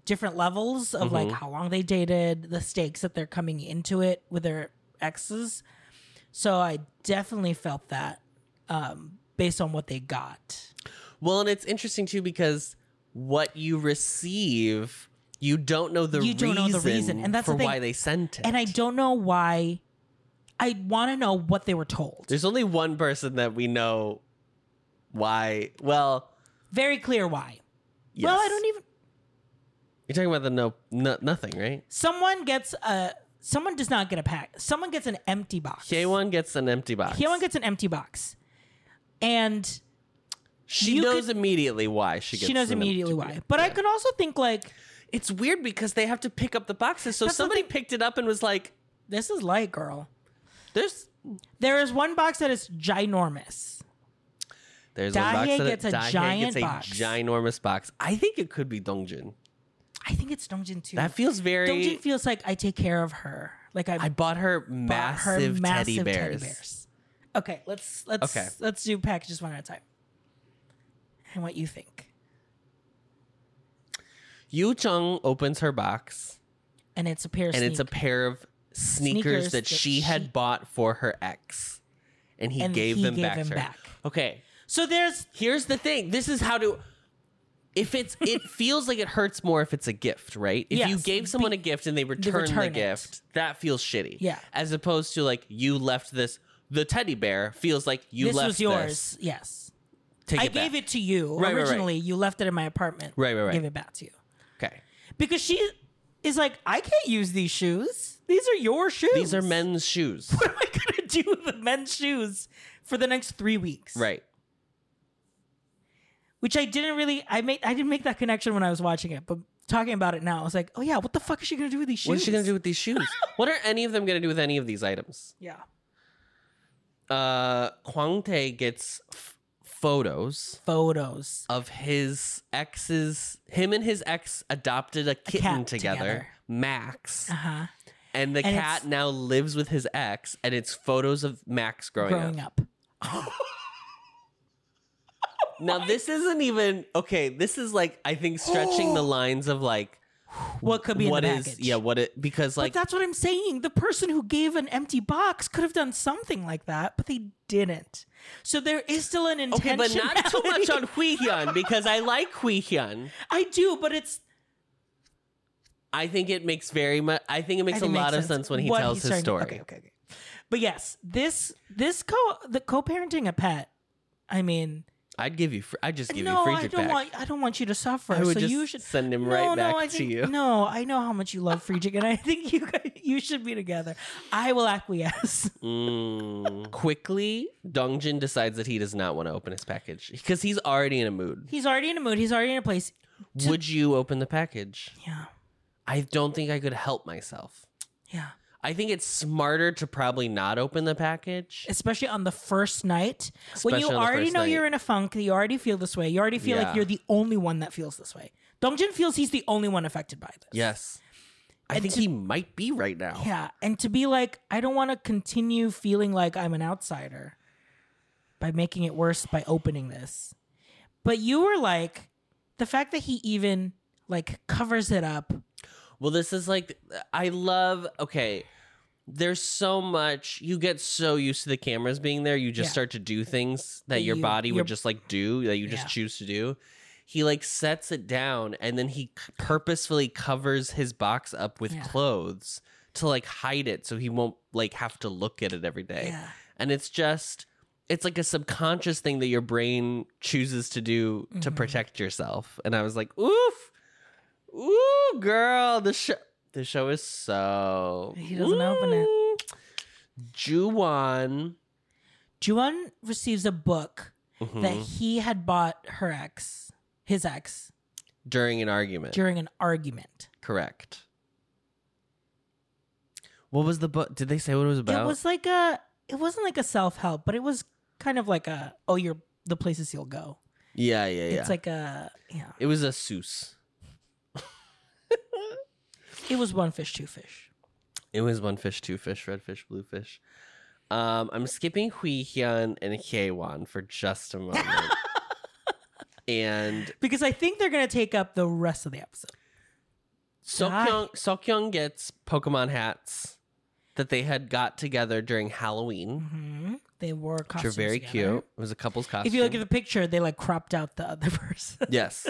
Speaker 1: different levels of
Speaker 2: Mm-hmm.
Speaker 1: like how long they dated, the stakes that they're coming into it with their exes. So I definitely felt that um, based on what they got.
Speaker 2: Well, and it's interesting too because what you receive, you don't know the
Speaker 1: You don't know the reason, and that's
Speaker 2: for
Speaker 1: the thing.
Speaker 2: why they sent it.
Speaker 1: And I don't know why. I want to know what they were told.
Speaker 2: There's only one person that we know why. Well,
Speaker 1: Very clear why.
Speaker 2: yes.
Speaker 1: Well, I don't e- even.
Speaker 2: You're talking about the no, no nothing, right?
Speaker 1: Someone gets a. Someone does not get a pack. Someone gets an empty box.
Speaker 2: K1 gets an empty box.
Speaker 1: K1 gets an empty box, and
Speaker 2: She
Speaker 1: you
Speaker 2: knows
Speaker 1: could-
Speaker 2: immediately why she gets.
Speaker 1: she knows
Speaker 2: an
Speaker 1: immediately
Speaker 2: empty
Speaker 1: why.
Speaker 2: box.
Speaker 1: But I
Speaker 2: Yeah.
Speaker 1: could also think like
Speaker 2: It's weird because they have to pick up the boxes. So
Speaker 1: That's the
Speaker 2: somebody
Speaker 1: thing.
Speaker 2: picked it up and was like,
Speaker 1: this is light, girl.
Speaker 2: "There's,
Speaker 1: There is one box that is ginormous.
Speaker 2: there's
Speaker 1: Dahae
Speaker 2: one box that
Speaker 1: gets a
Speaker 2: Dahae
Speaker 1: giant
Speaker 2: gets a
Speaker 1: box.
Speaker 2: ginormous box. I think it could be Dongjin.
Speaker 1: I think it's Dongjin too.
Speaker 2: That feels very.
Speaker 1: Dongjin feels like I take care of her. Like I,
Speaker 2: I bought her
Speaker 1: bought
Speaker 2: massive,
Speaker 1: her massive
Speaker 2: teddy, bears.
Speaker 1: Okay, let's let's
Speaker 2: Okay.
Speaker 1: let's do packages one at a time. And what you think?
Speaker 2: Yu Chung opens her box,
Speaker 1: And it's a pair of
Speaker 2: and it's a
Speaker 1: sneak-
Speaker 2: pair of sneakers,
Speaker 1: Sneakers
Speaker 2: that,
Speaker 1: that
Speaker 2: she,
Speaker 1: she-
Speaker 2: had bought for her ex, and he
Speaker 1: And
Speaker 2: gave
Speaker 1: he
Speaker 2: them
Speaker 1: gave
Speaker 2: back
Speaker 1: them
Speaker 2: to her.
Speaker 1: back.
Speaker 2: Okay,
Speaker 1: so there's
Speaker 2: here's the thing. This is how to. If it's, it feels like it hurts more if it's a gift, right? If you
Speaker 1: Yes.
Speaker 2: gave someone
Speaker 1: Be-
Speaker 2: a gift and they return,
Speaker 1: return
Speaker 2: the
Speaker 1: it.
Speaker 2: gift, that feels shitty.
Speaker 1: Yeah.
Speaker 2: As opposed to like you left this, the teddy bear feels like you
Speaker 1: this
Speaker 2: left
Speaker 1: was yours.
Speaker 2: this.
Speaker 1: Yes.
Speaker 2: Take
Speaker 1: I
Speaker 2: it back.
Speaker 1: gave it to you
Speaker 2: Right, right, right.
Speaker 1: originally. You left it in my apartment.
Speaker 2: Right, right, right.
Speaker 1: Give it back to you
Speaker 2: Okay.
Speaker 1: because she is like, I can't use these shoes. These are your shoes.
Speaker 2: These are men's shoes.
Speaker 1: What am I gonna do with the men's shoes for the next three weeks?
Speaker 2: right.
Speaker 1: Which I didn't really. I made. I didn't make that connection when I was watching it, but talking about it now, I was like, oh yeah, what the fuck is she gonna do with these shoes?
Speaker 2: What is she gonna do with these shoes? what are any of them gonna do with any of these items?
Speaker 1: Yeah.
Speaker 2: Uh, Huang Tae gets f- photos
Speaker 1: Photos.
Speaker 2: of his ex's. Him and his ex adopted a kitten
Speaker 1: cat
Speaker 2: together,
Speaker 1: together.
Speaker 2: Max,
Speaker 1: Uh huh.
Speaker 2: and the
Speaker 1: And
Speaker 2: cat
Speaker 1: it's-
Speaker 2: now lives with his ex, and it's photos of Max growing,
Speaker 1: Growing
Speaker 2: up.
Speaker 1: up.
Speaker 2: Now this isn't even okay. This is like I think stretching the lines of like
Speaker 1: What could be
Speaker 2: what
Speaker 1: in the
Speaker 2: is
Speaker 1: package?
Speaker 2: yeah what it because like
Speaker 1: but that's what I'm saying. The person who gave an empty box could have done something like that, but they didn't. So there is still an
Speaker 2: okay,
Speaker 1: intention.
Speaker 2: but not too much on Hui Hyun because I like Hui Hyun.
Speaker 1: I do, but it's
Speaker 2: I think it makes very much. I think it
Speaker 1: I
Speaker 2: makes
Speaker 1: think
Speaker 2: a
Speaker 1: it
Speaker 2: lot of sense when he
Speaker 1: what
Speaker 2: tells
Speaker 1: he's
Speaker 2: his
Speaker 1: trying to-
Speaker 2: story.
Speaker 1: okay, okay, okay. But yes, this this co the co-parenting a pet. I mean,
Speaker 2: I'd give you. Fr- I just give
Speaker 1: no,
Speaker 2: you free
Speaker 1: I
Speaker 2: it
Speaker 1: don't
Speaker 2: back.
Speaker 1: want I don't want you to suffer.
Speaker 2: I would
Speaker 1: so
Speaker 2: just
Speaker 1: you should
Speaker 2: send him right back
Speaker 1: I
Speaker 2: to
Speaker 1: think-
Speaker 2: you.
Speaker 1: No, I know how much you love free chicken. I think you guys, you should be together. I will acquiesce.
Speaker 2: Mm. Quickly, Dongjin decides that he does not want to open his package because he's already in a mood.
Speaker 1: He's already in a mood. He's already in a place.
Speaker 2: Would you open the package?
Speaker 1: Yeah,
Speaker 2: I don't think I could help myself.
Speaker 1: yeah.
Speaker 2: I think it's smarter to probably not open the package.
Speaker 1: especially on the first night when you
Speaker 2: Especially on the
Speaker 1: already
Speaker 2: first
Speaker 1: know you're
Speaker 2: night.
Speaker 1: in a funk you already feel this way you already feel
Speaker 2: Yeah.
Speaker 1: like you're the only one that feels this way dongjin feels he's the only one affected by this
Speaker 2: yes, I
Speaker 1: And
Speaker 2: think
Speaker 1: to-
Speaker 2: he might be right now.
Speaker 1: yeah and to be like i don't want to continue feeling like i'm an outsider by making it worse by opening this but you were like the fact that he even like covers it up
Speaker 2: Well, this is like I love. Okay, there's so much you get so used to the cameras being there, you just
Speaker 1: Yeah.
Speaker 2: start to do things
Speaker 1: That
Speaker 2: that your
Speaker 1: you-
Speaker 2: body
Speaker 1: your-
Speaker 2: would just like do that you just
Speaker 1: Yeah.
Speaker 2: choose to do. He like sets it down and then he c- purposefully covers his box up with
Speaker 1: Yeah.
Speaker 2: clothes to like hide it so he won't like have to look at it every day. And it's just it's like a subconscious thing that your brain chooses to do to protect yourself. And I was like, oof, ooh, girl, the show, the show is so.
Speaker 1: He doesn't open it.
Speaker 2: Juwan.
Speaker 1: Juan receives a book
Speaker 2: Mm-hmm.
Speaker 1: that he had bought her ex, his ex,
Speaker 2: during an argument.
Speaker 1: during an argument.
Speaker 2: Correct. What was the book? Did they say what it was about?
Speaker 1: It was like a, it wasn't like a self help, but it was kind of like a, oh, you're the places you'll go.
Speaker 2: yeah, yeah, yeah.
Speaker 1: It's like a, yeah.
Speaker 2: it was a Seuss.
Speaker 1: It was one fish, two fish.
Speaker 2: It was one fish, two fish, red fish, blue fish. Um, I'm skipping Hui Hyun and Hyewan for just a moment. and
Speaker 1: Because I think they're going to take up the rest of the episode.
Speaker 2: Sokyung Sokyung gets Pokemon hats that they had got together during Halloween,
Speaker 1: hmm They wore
Speaker 2: which
Speaker 1: costumes.
Speaker 2: are very
Speaker 1: together.
Speaker 2: cute. It was a couple's costume.
Speaker 1: If you look at the picture, they like cropped out the other person.
Speaker 2: Yes.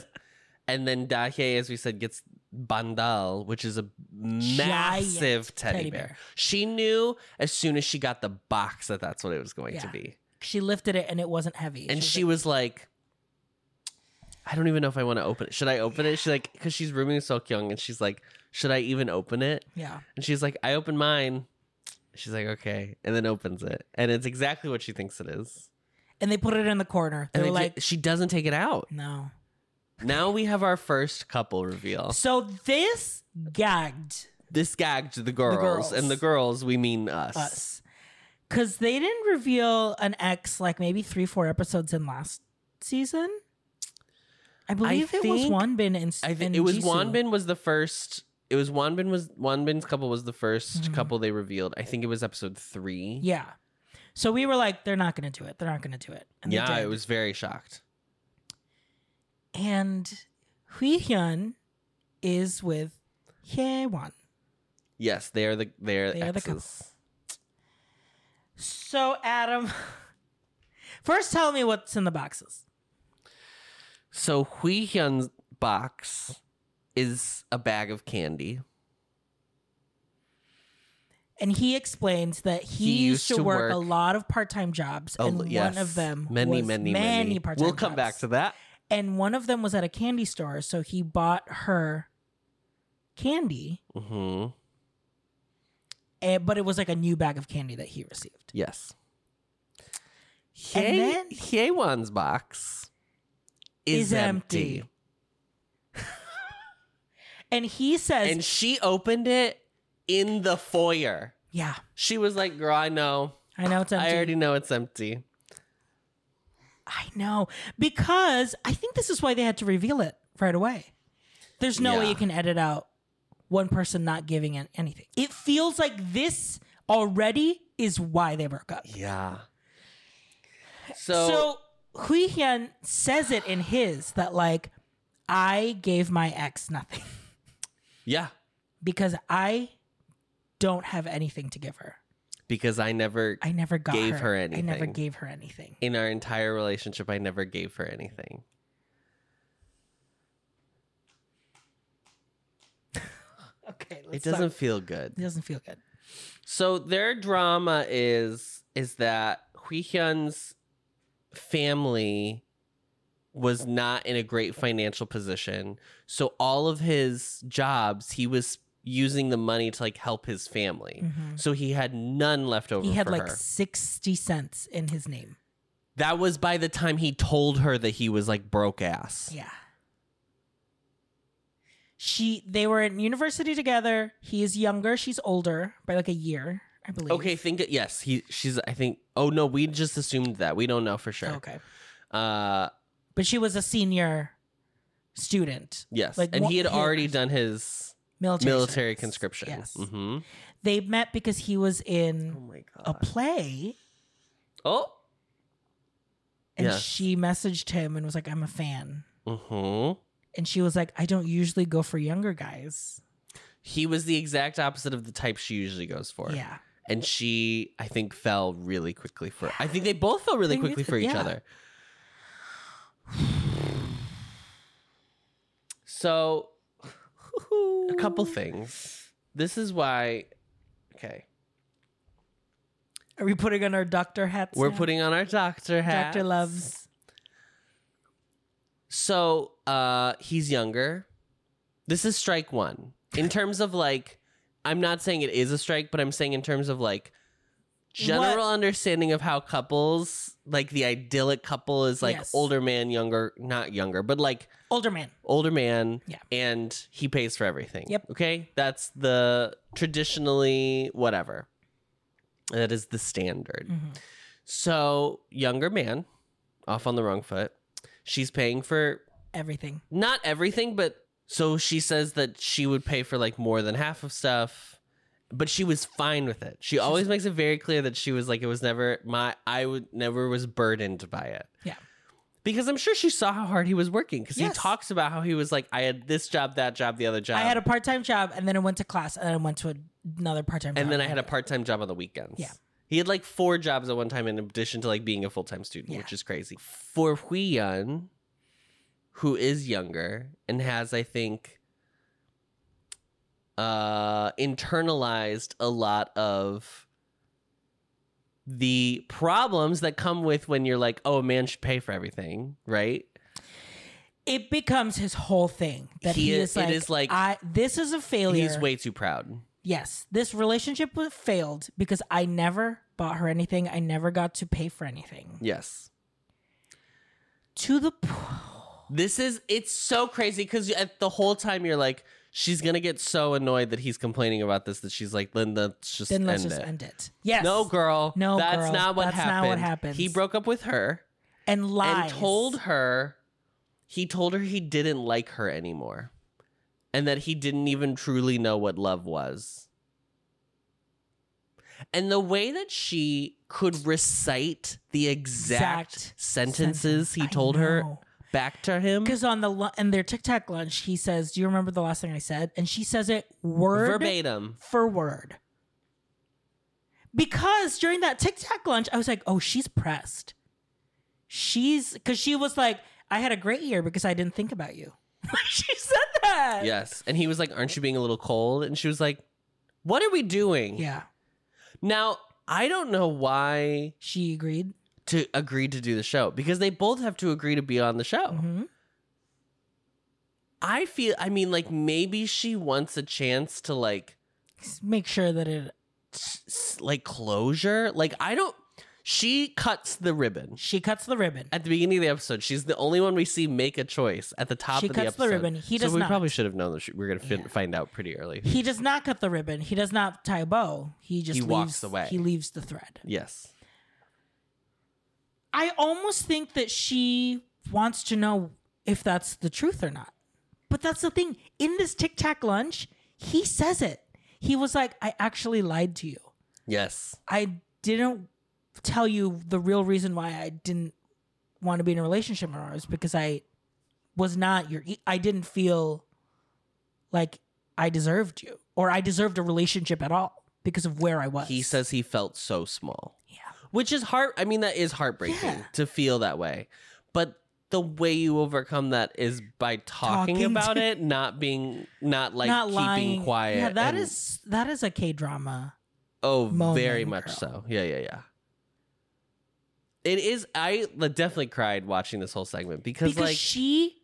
Speaker 2: And then Dahye, as we said, gets Bandal, which is a massive teddy,
Speaker 1: teddy
Speaker 2: bear.
Speaker 1: bear.
Speaker 2: She knew as soon as she got the box that that's what it was going to
Speaker 1: Yeah.
Speaker 2: be.
Speaker 1: she lifted it and it wasn't heavy.
Speaker 2: And she
Speaker 1: like-
Speaker 2: was like, I don't even know if I want to open it. Should I open it? She's like, because she's rooming with Sokyung, and she's like, should I even open it?
Speaker 1: yeah.
Speaker 2: And she's like, I open mine. She's like, okay. And then opens it. And it's exactly what she thinks it is.
Speaker 1: And they put it in the corner. They
Speaker 2: And
Speaker 1: were
Speaker 2: then
Speaker 1: like,
Speaker 2: she doesn't take it out.
Speaker 1: no.
Speaker 2: Now we have our first couple reveal.
Speaker 1: So this gagged
Speaker 2: this gag to the girls,
Speaker 1: girls.
Speaker 2: and the girls we mean us.
Speaker 1: us because they didn't reveal an ex like maybe three, four episodes in last season. I believe it was
Speaker 2: think-
Speaker 1: Wanbin and
Speaker 2: I think
Speaker 1: and
Speaker 2: it was
Speaker 1: Jisoo.
Speaker 2: Wanbin was the first. It was Wanbin was Wanbin's couple was the 1st couple they revealed. I think it was episode three.
Speaker 1: Mm-hmm. Yeah. So we were like, they're not going to do it. They're not going to do it. And they
Speaker 2: yeah, I
Speaker 1: did.
Speaker 2: was very shocked.
Speaker 1: And Hui Hyun is with Hyewan.
Speaker 2: Yes, they are the they are
Speaker 1: They are the
Speaker 2: exes.
Speaker 1: couple. So Adam, first tell me what's in the boxes.
Speaker 2: so Hui Hyun's box is a bag of candy.
Speaker 1: And he explains that he, used to, work, a lot of part-time jobs,
Speaker 2: Oh,
Speaker 1: and
Speaker 2: yes.
Speaker 1: one of them
Speaker 2: many,
Speaker 1: was
Speaker 2: many,
Speaker 1: many part-time.
Speaker 2: We'll come back
Speaker 1: jobs.
Speaker 2: to that.
Speaker 1: And one of them was at a candy store, so he bought her candy,
Speaker 2: hmm
Speaker 1: eh, but it was like a new bag of candy that he received.
Speaker 2: Yes.
Speaker 1: And
Speaker 2: Hye
Speaker 1: then-
Speaker 2: Hyewan's box is,
Speaker 1: Is empty.
Speaker 2: empty.
Speaker 1: And he says,
Speaker 2: and she opened it in the foyer.
Speaker 1: "Yeah,
Speaker 2: She was like, "Girl, I know.
Speaker 1: I know it's empty.
Speaker 2: I already know it's empty."
Speaker 1: I know because I think this is why they had to reveal it right away. There's no way
Speaker 2: Yeah.
Speaker 1: you can edit out one person not giving it anything. It feels like this already is why they broke up.
Speaker 2: Yeah. So,
Speaker 1: So, Hui Hyun says it in his that like I gave my ex nothing
Speaker 2: yeah,
Speaker 1: because I don't have anything to give her.
Speaker 2: because I never
Speaker 1: I never got
Speaker 2: Gave her
Speaker 1: I never
Speaker 2: anything.
Speaker 1: gave her anything.
Speaker 2: in our entire relationship I never gave her anything.
Speaker 1: Okay,
Speaker 2: It
Speaker 1: let's stop.
Speaker 2: doesn't feel good.
Speaker 1: It doesn't feel good.
Speaker 2: So their drama is is that Hui Hyun's family was not in a great financial position. So all of his jobs, he was using the money to like help his family. So he had none left over.
Speaker 1: Mm-hmm. He had
Speaker 2: for
Speaker 1: like
Speaker 2: her.
Speaker 1: 60 cents in his name.
Speaker 2: that was by the time he told her that he was like broke ass.
Speaker 1: Yeah. She they were in university together. He is younger, she's older by like a year, I believe.
Speaker 2: Okay, think yes, he she's I think oh no, we just assumed that. We don't know for sure.
Speaker 1: Okay.
Speaker 2: Uh
Speaker 1: But she was a senior student.
Speaker 2: yes.
Speaker 1: Like,
Speaker 2: and
Speaker 1: what-
Speaker 2: he had
Speaker 1: he-
Speaker 2: already done his
Speaker 1: Military,
Speaker 2: military
Speaker 1: service.
Speaker 2: conscription.
Speaker 1: Yes.
Speaker 2: Mhm.
Speaker 1: They met because he was
Speaker 2: Oh
Speaker 1: in
Speaker 2: my god.
Speaker 1: a play
Speaker 2: oh.
Speaker 1: and
Speaker 2: Yes.
Speaker 1: she messaged him and was like, I'm a fan.
Speaker 2: Mhm.
Speaker 1: And she was like, I don't usually go for younger guys.
Speaker 2: He was the exact opposite of the type she usually goes for.
Speaker 1: Yeah.
Speaker 2: And she I think fell really quickly for I think they both fell really
Speaker 1: They really
Speaker 2: quickly for
Speaker 1: did,
Speaker 2: each
Speaker 1: yeah.
Speaker 2: other. So a couple things. This is why okay.
Speaker 1: Are we putting on our doctor hats?
Speaker 2: We're
Speaker 1: now?
Speaker 2: putting on our doctor hat.
Speaker 1: doctor loves.
Speaker 2: So uh he's younger. This is strike one. In terms of like I'm not saying it is a strike, but I'm saying in terms of like general understanding of how couples, like the idyllic couple is like
Speaker 1: Yes.
Speaker 2: older man, younger not younger, but like
Speaker 1: Older man.
Speaker 2: older man
Speaker 1: Yeah.
Speaker 2: and he pays for everything.
Speaker 1: Yep.
Speaker 2: Okay? That's the traditionally whatever. That is the standard.
Speaker 1: Mm-hmm.
Speaker 2: So younger man, off on the wrong foot. She's paying for
Speaker 1: Everything.
Speaker 2: not everything, but so she says that she would pay for like more than half of stuff, but she was fine with it. She always makes it very clear that she was like, it was never my, I would never was burdened by it.
Speaker 1: Yeah.
Speaker 2: Because I'm sure she saw how hard he was working because
Speaker 1: Yes.
Speaker 2: he talks about how he was like, I had this job, that job, the other job.
Speaker 1: I had a part time job and then I went to class and then I went to another part time job.
Speaker 2: and then I had a part time job on the weekends.
Speaker 1: Yeah.
Speaker 2: He had like four jobs at one time in addition to like being a full time student,
Speaker 1: Yeah.
Speaker 2: which is crazy. For Huiyan, who is younger and has, I think, uh internalized a lot of the problems that come with when you're like, oh, a man should pay for everything, right?
Speaker 1: It becomes his whole thing that he,
Speaker 2: He
Speaker 1: is,
Speaker 2: is- it
Speaker 1: like,
Speaker 2: is like-
Speaker 1: I, this is a failure.
Speaker 2: He's way too proud.
Speaker 1: Yes, this relationship was failed because I never bought her anything. I never got to pay for anything.
Speaker 2: Yes.
Speaker 1: To the po-
Speaker 2: This is it's so crazy because the whole time you're like, she's gonna get so annoyed that he's complaining about this that she's like, Linda, let's just
Speaker 1: then let's
Speaker 2: end
Speaker 1: just
Speaker 2: it.
Speaker 1: end it. Yes,
Speaker 2: No, girl,
Speaker 1: No,
Speaker 2: that's
Speaker 1: girl.
Speaker 2: not what
Speaker 1: That's
Speaker 2: happened.
Speaker 1: not what happens.
Speaker 2: He broke up with her
Speaker 1: and lies
Speaker 2: and told her, he told her he didn't like her anymore, and that he didn't even truly know what love was. And the way that she could recite the exact,
Speaker 1: Exact
Speaker 2: sentences
Speaker 1: sentence.
Speaker 2: he
Speaker 1: I
Speaker 2: told her
Speaker 1: know.
Speaker 2: back to him.
Speaker 1: because on the lu- and their Tic Tac lunch, he says, "Do you remember the last thing I said?" And she says it word
Speaker 2: verbatim.
Speaker 1: for word. Because during that Tic Tac lunch, I was like, oh, she's pressed. She's because she was like, I had a great year because I didn't think about you. she said that.
Speaker 2: Yes. And he was like, Aren't you being a little cold? And she was like, What are we doing?
Speaker 1: Yeah.
Speaker 2: Now, I don't know why
Speaker 1: She agreed.
Speaker 2: to agree to do the show because they both have to agree to be on the show.
Speaker 1: Mhm.
Speaker 2: I feel, I mean, like maybe she wants a chance to like,
Speaker 1: S- Make sure that it
Speaker 2: s- s- like closure. Like, I don't, she cuts the ribbon.
Speaker 1: she cuts the ribbon.
Speaker 2: At the beginning of the episode, she's the only one we see make a choice at the top
Speaker 1: She
Speaker 2: of the
Speaker 1: cuts the
Speaker 2: episode.
Speaker 1: ribbon. He does
Speaker 2: so we
Speaker 1: not.
Speaker 2: probably should have known that she, we are going to fin- find out pretty early.
Speaker 1: He does not cut the ribbon. He does not tie a bow. He just
Speaker 2: He
Speaker 1: leaves,
Speaker 2: walks away.
Speaker 1: He leaves the thread.
Speaker 2: Yes.
Speaker 1: I almost think that she wants to know if that's the truth or not. But that's the thing. In this Tic Tac lunch, he says it. He was like, I actually lied to you.
Speaker 2: Yes.
Speaker 1: I didn't tell you the real reason why I didn't want to be in a relationship anymore is because I was not your, I didn't feel like I deserved you or I deserved a relationship at all because of where I was.
Speaker 2: He says he felt so small.
Speaker 1: Yeah.
Speaker 2: Which is heart I mean that is heartbreaking
Speaker 1: Yeah.
Speaker 2: to feel that way. But the way you overcome that is by talking,
Speaker 1: Talking
Speaker 2: about
Speaker 1: to-
Speaker 2: it, not being not like
Speaker 1: not
Speaker 2: keeping
Speaker 1: lying.
Speaker 2: quiet.
Speaker 1: Yeah, that
Speaker 2: and-
Speaker 1: is that is a K drama.
Speaker 2: oh
Speaker 1: moment,
Speaker 2: very much
Speaker 1: girl.
Speaker 2: so. Yeah, yeah, yeah. It is I like, definitely cried watching this whole segment because,
Speaker 1: because
Speaker 2: like
Speaker 1: she,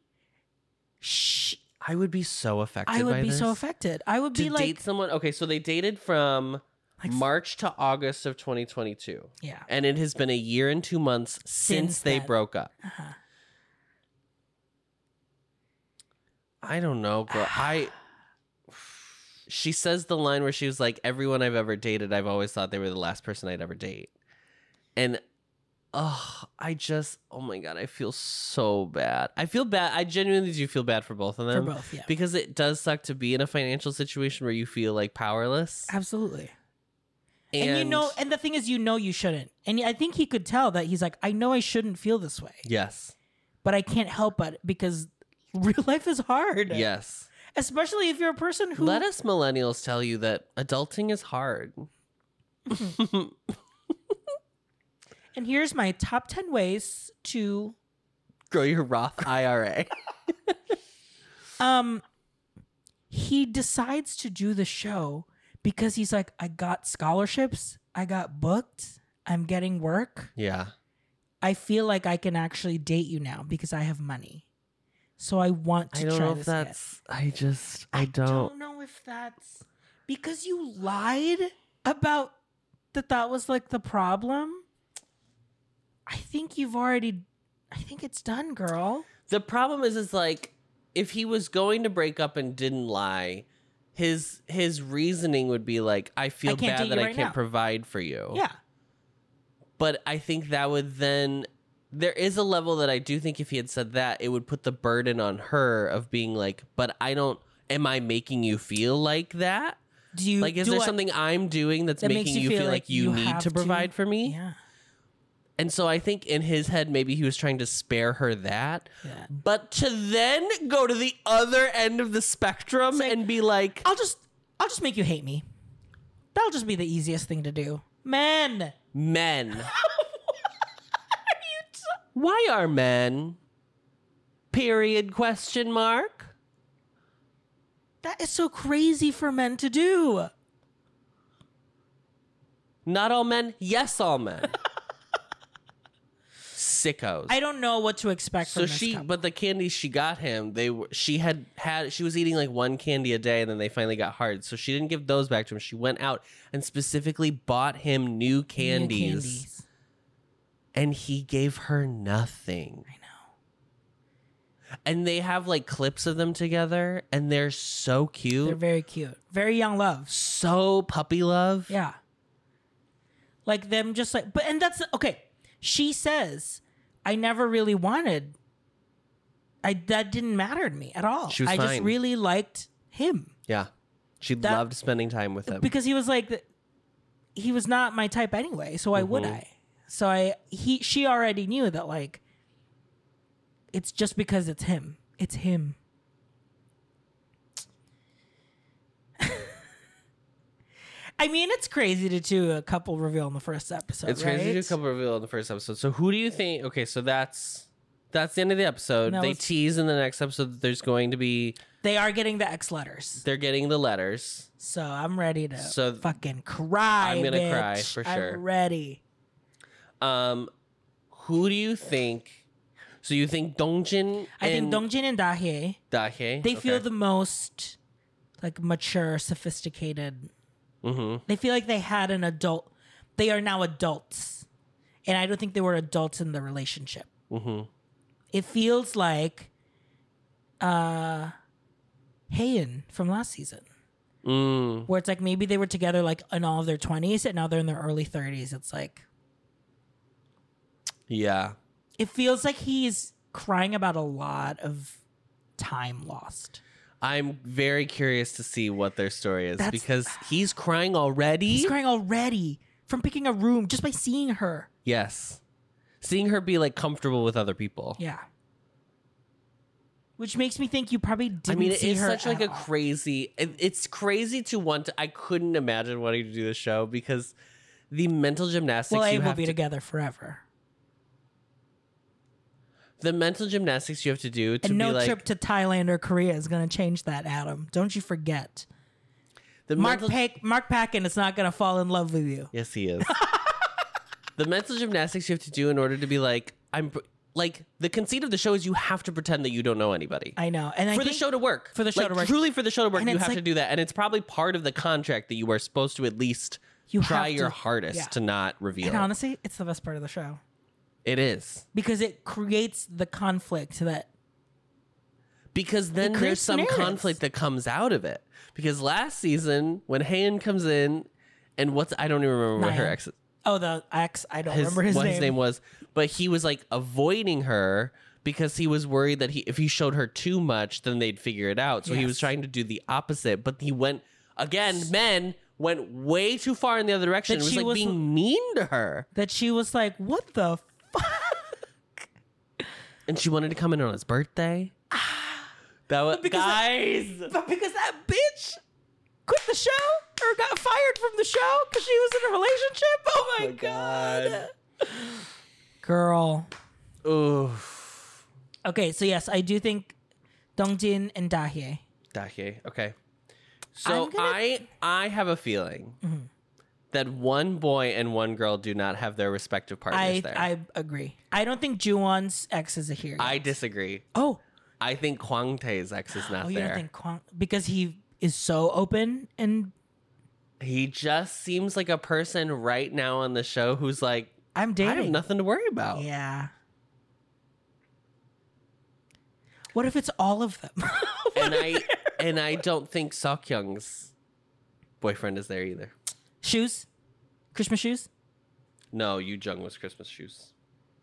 Speaker 1: she
Speaker 2: I would be so affected
Speaker 1: I would
Speaker 2: by
Speaker 1: be so
Speaker 2: this.
Speaker 1: affected. I would
Speaker 2: to
Speaker 1: be like,
Speaker 2: date someone okay, so they dated from
Speaker 1: Like-
Speaker 2: March to August of twenty twenty two.
Speaker 1: yeah,
Speaker 2: and it has been a year and two months since,
Speaker 1: Since
Speaker 2: they
Speaker 1: then.
Speaker 2: broke up.
Speaker 1: uh-huh.
Speaker 2: I don't know, girl. I. She says the line where she was like, "Everyone I've ever dated, I've always thought they were the last person I'd ever date," and oh, I just, oh my god, I feel so bad. I feel bad. I genuinely do feel bad for both of
Speaker 1: for
Speaker 2: them
Speaker 1: both. Yeah,
Speaker 2: because it does suck to be in a financial situation where you feel like powerless.
Speaker 1: absolutely. And, you know, and the thing is, you know, you shouldn't. And I think he could tell that he's like, I know I shouldn't feel this way,
Speaker 2: yes,
Speaker 1: but I can't help it because real life is hard.
Speaker 2: yes.
Speaker 1: especially if you're a person who
Speaker 2: Let us millennials tell you that adulting is hard.
Speaker 1: And here's my top ten ways to
Speaker 2: Grow your Roth IRA.
Speaker 1: Um, he decides to do the show because he's like, I got scholarships, I got booked, I'm getting work.
Speaker 2: Yeah.
Speaker 1: I feel like I can actually date you now because I have money. So I want to
Speaker 2: I don't
Speaker 1: try
Speaker 2: know
Speaker 1: this
Speaker 2: if
Speaker 1: again."
Speaker 2: that's. I just. I
Speaker 1: I
Speaker 2: don't.
Speaker 1: don't know if that's because you lied about that that was like the problem. I think you've already I think it's done, girl.
Speaker 2: The problem is, is like, if he was going to break up and didn't lie, his his reasoning would be like, I feel
Speaker 1: can't date
Speaker 2: bad that
Speaker 1: you
Speaker 2: I
Speaker 1: right
Speaker 2: can't
Speaker 1: now."
Speaker 2: provide for you.
Speaker 1: Yeah.
Speaker 2: But I think that would then. There is a level that I do think if he had said that, it would put the burden on her of being like, but I don't. Am I making you feel like that?
Speaker 1: Do you
Speaker 2: Like, is
Speaker 1: Mm, do
Speaker 2: there
Speaker 1: I-
Speaker 2: something I'm doing that's
Speaker 1: that makes
Speaker 2: making you feel like you need
Speaker 1: have
Speaker 2: to provide for me?
Speaker 1: Yeah.
Speaker 2: And so I think in his head, maybe he was trying to spare her that. But to then go to the other end of the spectrum
Speaker 1: Say-
Speaker 2: and be like,
Speaker 1: I'll just I'll just make you hate me. That'll just be the easiest thing to do. Men.
Speaker 2: men. Why are men? Period question mark.
Speaker 1: That is so crazy for men to do.
Speaker 2: Not all men, yes, all men. Sickos.
Speaker 1: I don't know what to expect
Speaker 2: so
Speaker 1: from this
Speaker 2: she,
Speaker 1: couple.
Speaker 2: but the candies she got him, they were, she had had, she was eating like one candy a day and then they finally got hard. So she didn't give those back to him. She went out and specifically bought him new
Speaker 1: New
Speaker 2: candies. and he gave her nothing. I know. And they have like clips of them together, and they're so cute,
Speaker 1: They're very cute. Very young love.
Speaker 2: so puppy love.
Speaker 1: Yeah. Like them just like but and that's okay. She says, I never really wanted I that didn't matter to me at all.
Speaker 2: She was
Speaker 1: I just
Speaker 2: fine.
Speaker 1: really liked him.
Speaker 2: Yeah. She
Speaker 1: That-
Speaker 2: loved spending time with him.
Speaker 1: because he was like he was not my type anyway so why would
Speaker 2: Mm-hmm.
Speaker 1: i so i he she already knew that like it's just because it's him it's him i mean it's crazy to do a couple reveal in the first episode
Speaker 2: it's
Speaker 1: right?
Speaker 2: crazy to do a couple reveal in the first episode. So who do you think? Okay, so that's that's the end of the episode.
Speaker 1: No,
Speaker 2: they
Speaker 1: it's-
Speaker 2: tease in the next episode that there's going to be
Speaker 1: they are getting the x letters
Speaker 2: they're getting the letters.
Speaker 1: so i'm ready to
Speaker 2: So th-
Speaker 1: fucking cry
Speaker 2: I'm gonna cry
Speaker 1: bitch.
Speaker 2: for
Speaker 1: I'm
Speaker 2: sure.
Speaker 1: ready
Speaker 2: Um, who do you think? So you think Dongjin?
Speaker 1: i think
Speaker 2: and
Speaker 1: dongjin and dahe
Speaker 2: Dahe?
Speaker 1: they feel
Speaker 2: Okay.
Speaker 1: the most like mature sophisticated
Speaker 2: Mhm.
Speaker 1: they feel like they had an adult they are now adults and i don't think they were adults in the relationship
Speaker 2: Mhm.
Speaker 1: it feels like uh Hayen from last season
Speaker 2: Mm.
Speaker 1: where it's like maybe they were together like in all of their 20s and now they're in their early 30s it's like
Speaker 2: Yeah.
Speaker 1: it feels like he's crying about a lot of time lost
Speaker 2: I'm very curious to see what their story is
Speaker 1: That's-
Speaker 2: because he's crying already.
Speaker 1: he's crying already from picking a room just by seeing her
Speaker 2: yes. Seeing her be like comfortable with other people.
Speaker 1: Yeah. Which makes me think you probably didn't
Speaker 2: I mean,
Speaker 1: see
Speaker 2: it's
Speaker 1: her
Speaker 2: such like
Speaker 1: at
Speaker 2: a
Speaker 1: all.
Speaker 2: crazy. it- It's crazy to want. To, I couldn't imagine wanting to do this show because the mental gymnastics
Speaker 1: Well,
Speaker 2: you
Speaker 1: I will
Speaker 2: have
Speaker 1: be
Speaker 2: to,
Speaker 1: together forever.
Speaker 2: the mental gymnastics you have to do to
Speaker 1: And no
Speaker 2: be like
Speaker 1: trip to Thailand or Korea is going to change that, Adam. Don't you forget.
Speaker 2: the
Speaker 1: Mark
Speaker 2: mental-
Speaker 1: pa- Mark Packin is not going to fall in love with you.
Speaker 2: Yes, he is. the mental gymnastics you have to do in order to be like I'm. pr- Like the conceit of the show is you have to pretend that you don't know anybody.
Speaker 1: I know. And I
Speaker 2: for the
Speaker 1: think-
Speaker 2: show to work.
Speaker 1: For the show
Speaker 2: Like,
Speaker 1: to work.
Speaker 2: Truly, for the show to work,
Speaker 1: And
Speaker 2: you
Speaker 1: it's
Speaker 2: have to
Speaker 1: like-
Speaker 2: do that, and it's probably part of the contract that you are supposed to at least
Speaker 1: You
Speaker 2: try
Speaker 1: have
Speaker 2: your
Speaker 1: to-
Speaker 2: hardest
Speaker 1: yeah.
Speaker 2: to not reveal.
Speaker 1: and honestly, it's the best part of the show
Speaker 2: it is
Speaker 1: because it creates the conflict that
Speaker 2: because then there's
Speaker 1: creates
Speaker 2: some
Speaker 1: narratives.
Speaker 2: conflict that comes out of it. Because last season, when Hayen comes in, and what's I don't even remember what her
Speaker 1: Nyan.
Speaker 2: ex,
Speaker 1: oh the ex I don't
Speaker 2: his,
Speaker 1: remember his
Speaker 2: what
Speaker 1: name.
Speaker 2: his name was, but he was like avoiding her. Because he was worried that he, if he showed her too much, then they'd figure it out. So he was
Speaker 1: Yes.
Speaker 2: trying to do the opposite, but he went again. Men went way too far in the other direction.
Speaker 1: That
Speaker 2: It was
Speaker 1: she
Speaker 2: like
Speaker 1: was-
Speaker 2: being mean to her.
Speaker 1: that she was like, "What the fuck?"
Speaker 2: and she wanted to come in on his birthday.
Speaker 1: Ah.
Speaker 2: that was guys.
Speaker 1: But because that bitch quit the show or got fired from the show because she was in a relationship. Oh my, god. girl.
Speaker 2: Oof.
Speaker 1: Okay, so yes, I do think Dongjin and Dahye.
Speaker 2: Dahe. Okay. So
Speaker 1: I'm gonna- Mm-hmm.
Speaker 2: I I have a feeling that one boy and one girl do not have their respective partners
Speaker 1: I
Speaker 2: there. I,
Speaker 1: I agree. I don't think Juwon's ex is a hero.
Speaker 2: disagree.
Speaker 1: oh,
Speaker 2: I think Kwang Tae's ex is not
Speaker 1: oh, you
Speaker 2: there.
Speaker 1: don't think Kwon because he is so open and
Speaker 2: he just seems like a person right now on the show who's like,
Speaker 1: I'm dating.
Speaker 2: I have nothing to worry about.
Speaker 1: Yeah. What if it's all of them?
Speaker 2: And I and I don't think Sokyung's boyfriend is there either.
Speaker 1: shoes, Christmas shoes.
Speaker 2: No, Yu Jung was Christmas shoes.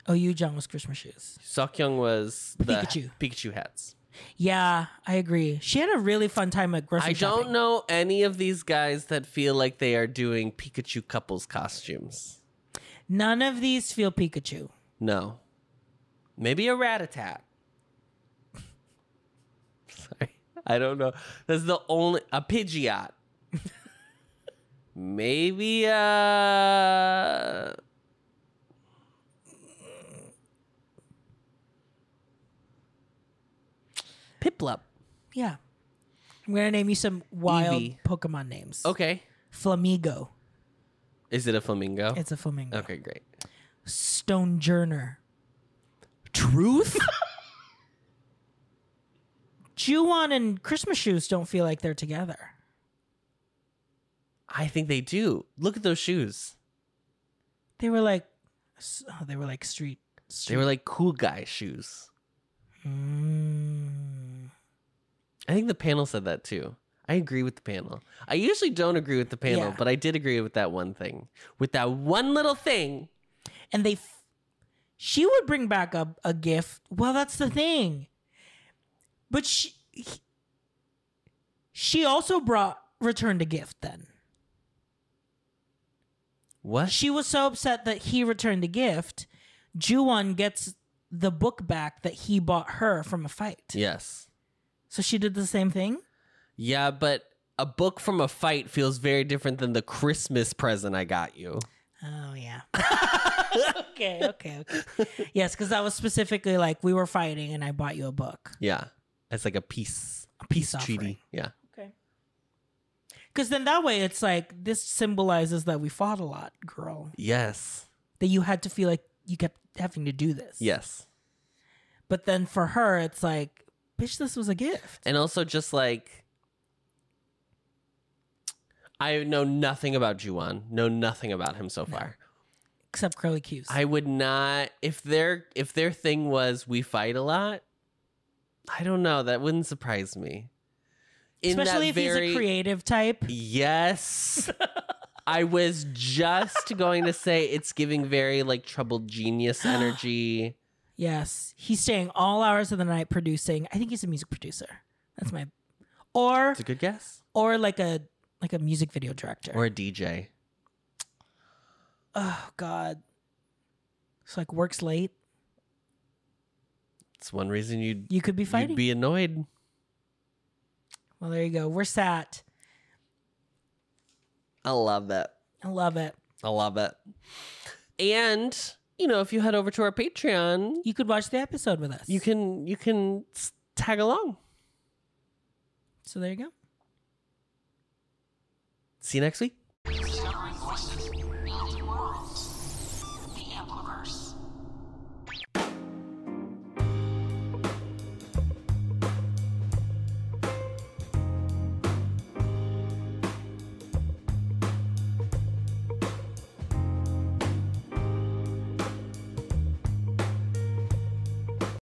Speaker 1: Oh, you John was Christmas shoes.
Speaker 2: Sokyung was the
Speaker 1: Pikachu.
Speaker 2: Pikachu hats.
Speaker 1: Yeah, I agree. She had a really fun time at grocery
Speaker 2: I
Speaker 1: shopping.
Speaker 2: don't know any of these guys that feel like they are doing Pikachu couples costumes.
Speaker 1: None of these feel Pikachu.
Speaker 2: No. Maybe a rat attack. Sorry. I don't know. That's the only a Pidgeot. Maybe uh Piplup.
Speaker 1: Yeah. I'm gonna name you some wild
Speaker 2: Eevee.
Speaker 1: Pokemon names.
Speaker 2: Okay.
Speaker 1: Flamigo.
Speaker 2: Is it a flamingo?
Speaker 1: It's a flamingo.
Speaker 2: okay, great.
Speaker 1: Stonejourner.
Speaker 2: Truth?
Speaker 1: Juwan and Christmas shoes don't feel like they're together.
Speaker 2: I think they do. Look at those shoes.
Speaker 1: They were like, s- oh, they were like street.
Speaker 2: They
Speaker 1: street.
Speaker 2: were like cool guy shoes.
Speaker 1: Mm.
Speaker 2: I think the panel said that too. I agree with the panel. I usually don't agree with the panel,
Speaker 1: Yeah.
Speaker 2: but I did agree with that one thing. With that one little thing.
Speaker 1: and they f- she would bring back a, a gift well that's the thing but she he- she also brought returned a gift then
Speaker 2: What?
Speaker 1: she was so upset that he returned a gift Juwon gets the book back that he bought her from a fight
Speaker 2: Yes.
Speaker 1: so she did the same thing
Speaker 2: Yeah, but a book from a fight feels very different than the Christmas present I got you.
Speaker 1: oh yeah okay okay okay yes because that was specifically like we were fighting and i bought you a book
Speaker 2: Yeah. It's like a peace. A
Speaker 1: peace offering.
Speaker 2: treaty. Yeah.
Speaker 1: Okay. Because then that way it's like this symbolizes that we fought a lot, girl.
Speaker 2: Yes.
Speaker 1: That you had to feel like you kept having to do this.
Speaker 2: Yes.
Speaker 1: But then for her, it's like, bitch, this was a gift.
Speaker 2: And also just like I know nothing about Juwan. Know nothing about him so far.
Speaker 1: Except curly cues.
Speaker 2: I would not if their if their thing was we fight a lot. I don't know. That wouldn't surprise me. In that
Speaker 1: Especially if
Speaker 2: very-
Speaker 1: he's a creative type.
Speaker 2: Yes. I was just going to say it's giving very like troubled genius energy.
Speaker 1: Yes. He's staying all hours of the night producing. I think he's a music producer. That's my or
Speaker 2: It's a good guess.
Speaker 1: or like a like a music video director.
Speaker 2: Or a DJ.
Speaker 1: oh God. It's like works late.
Speaker 2: It's one reason you'd,
Speaker 1: You could be fighting.
Speaker 2: you'd be annoyed.
Speaker 1: well, there you go. We're sat.
Speaker 2: I love that.
Speaker 1: I love it.
Speaker 2: I love it. And, you know, if you head over to our Patreon,
Speaker 1: you could watch the episode with us.
Speaker 2: you can you can s- tag along.
Speaker 1: So there you go.
Speaker 2: See you next week.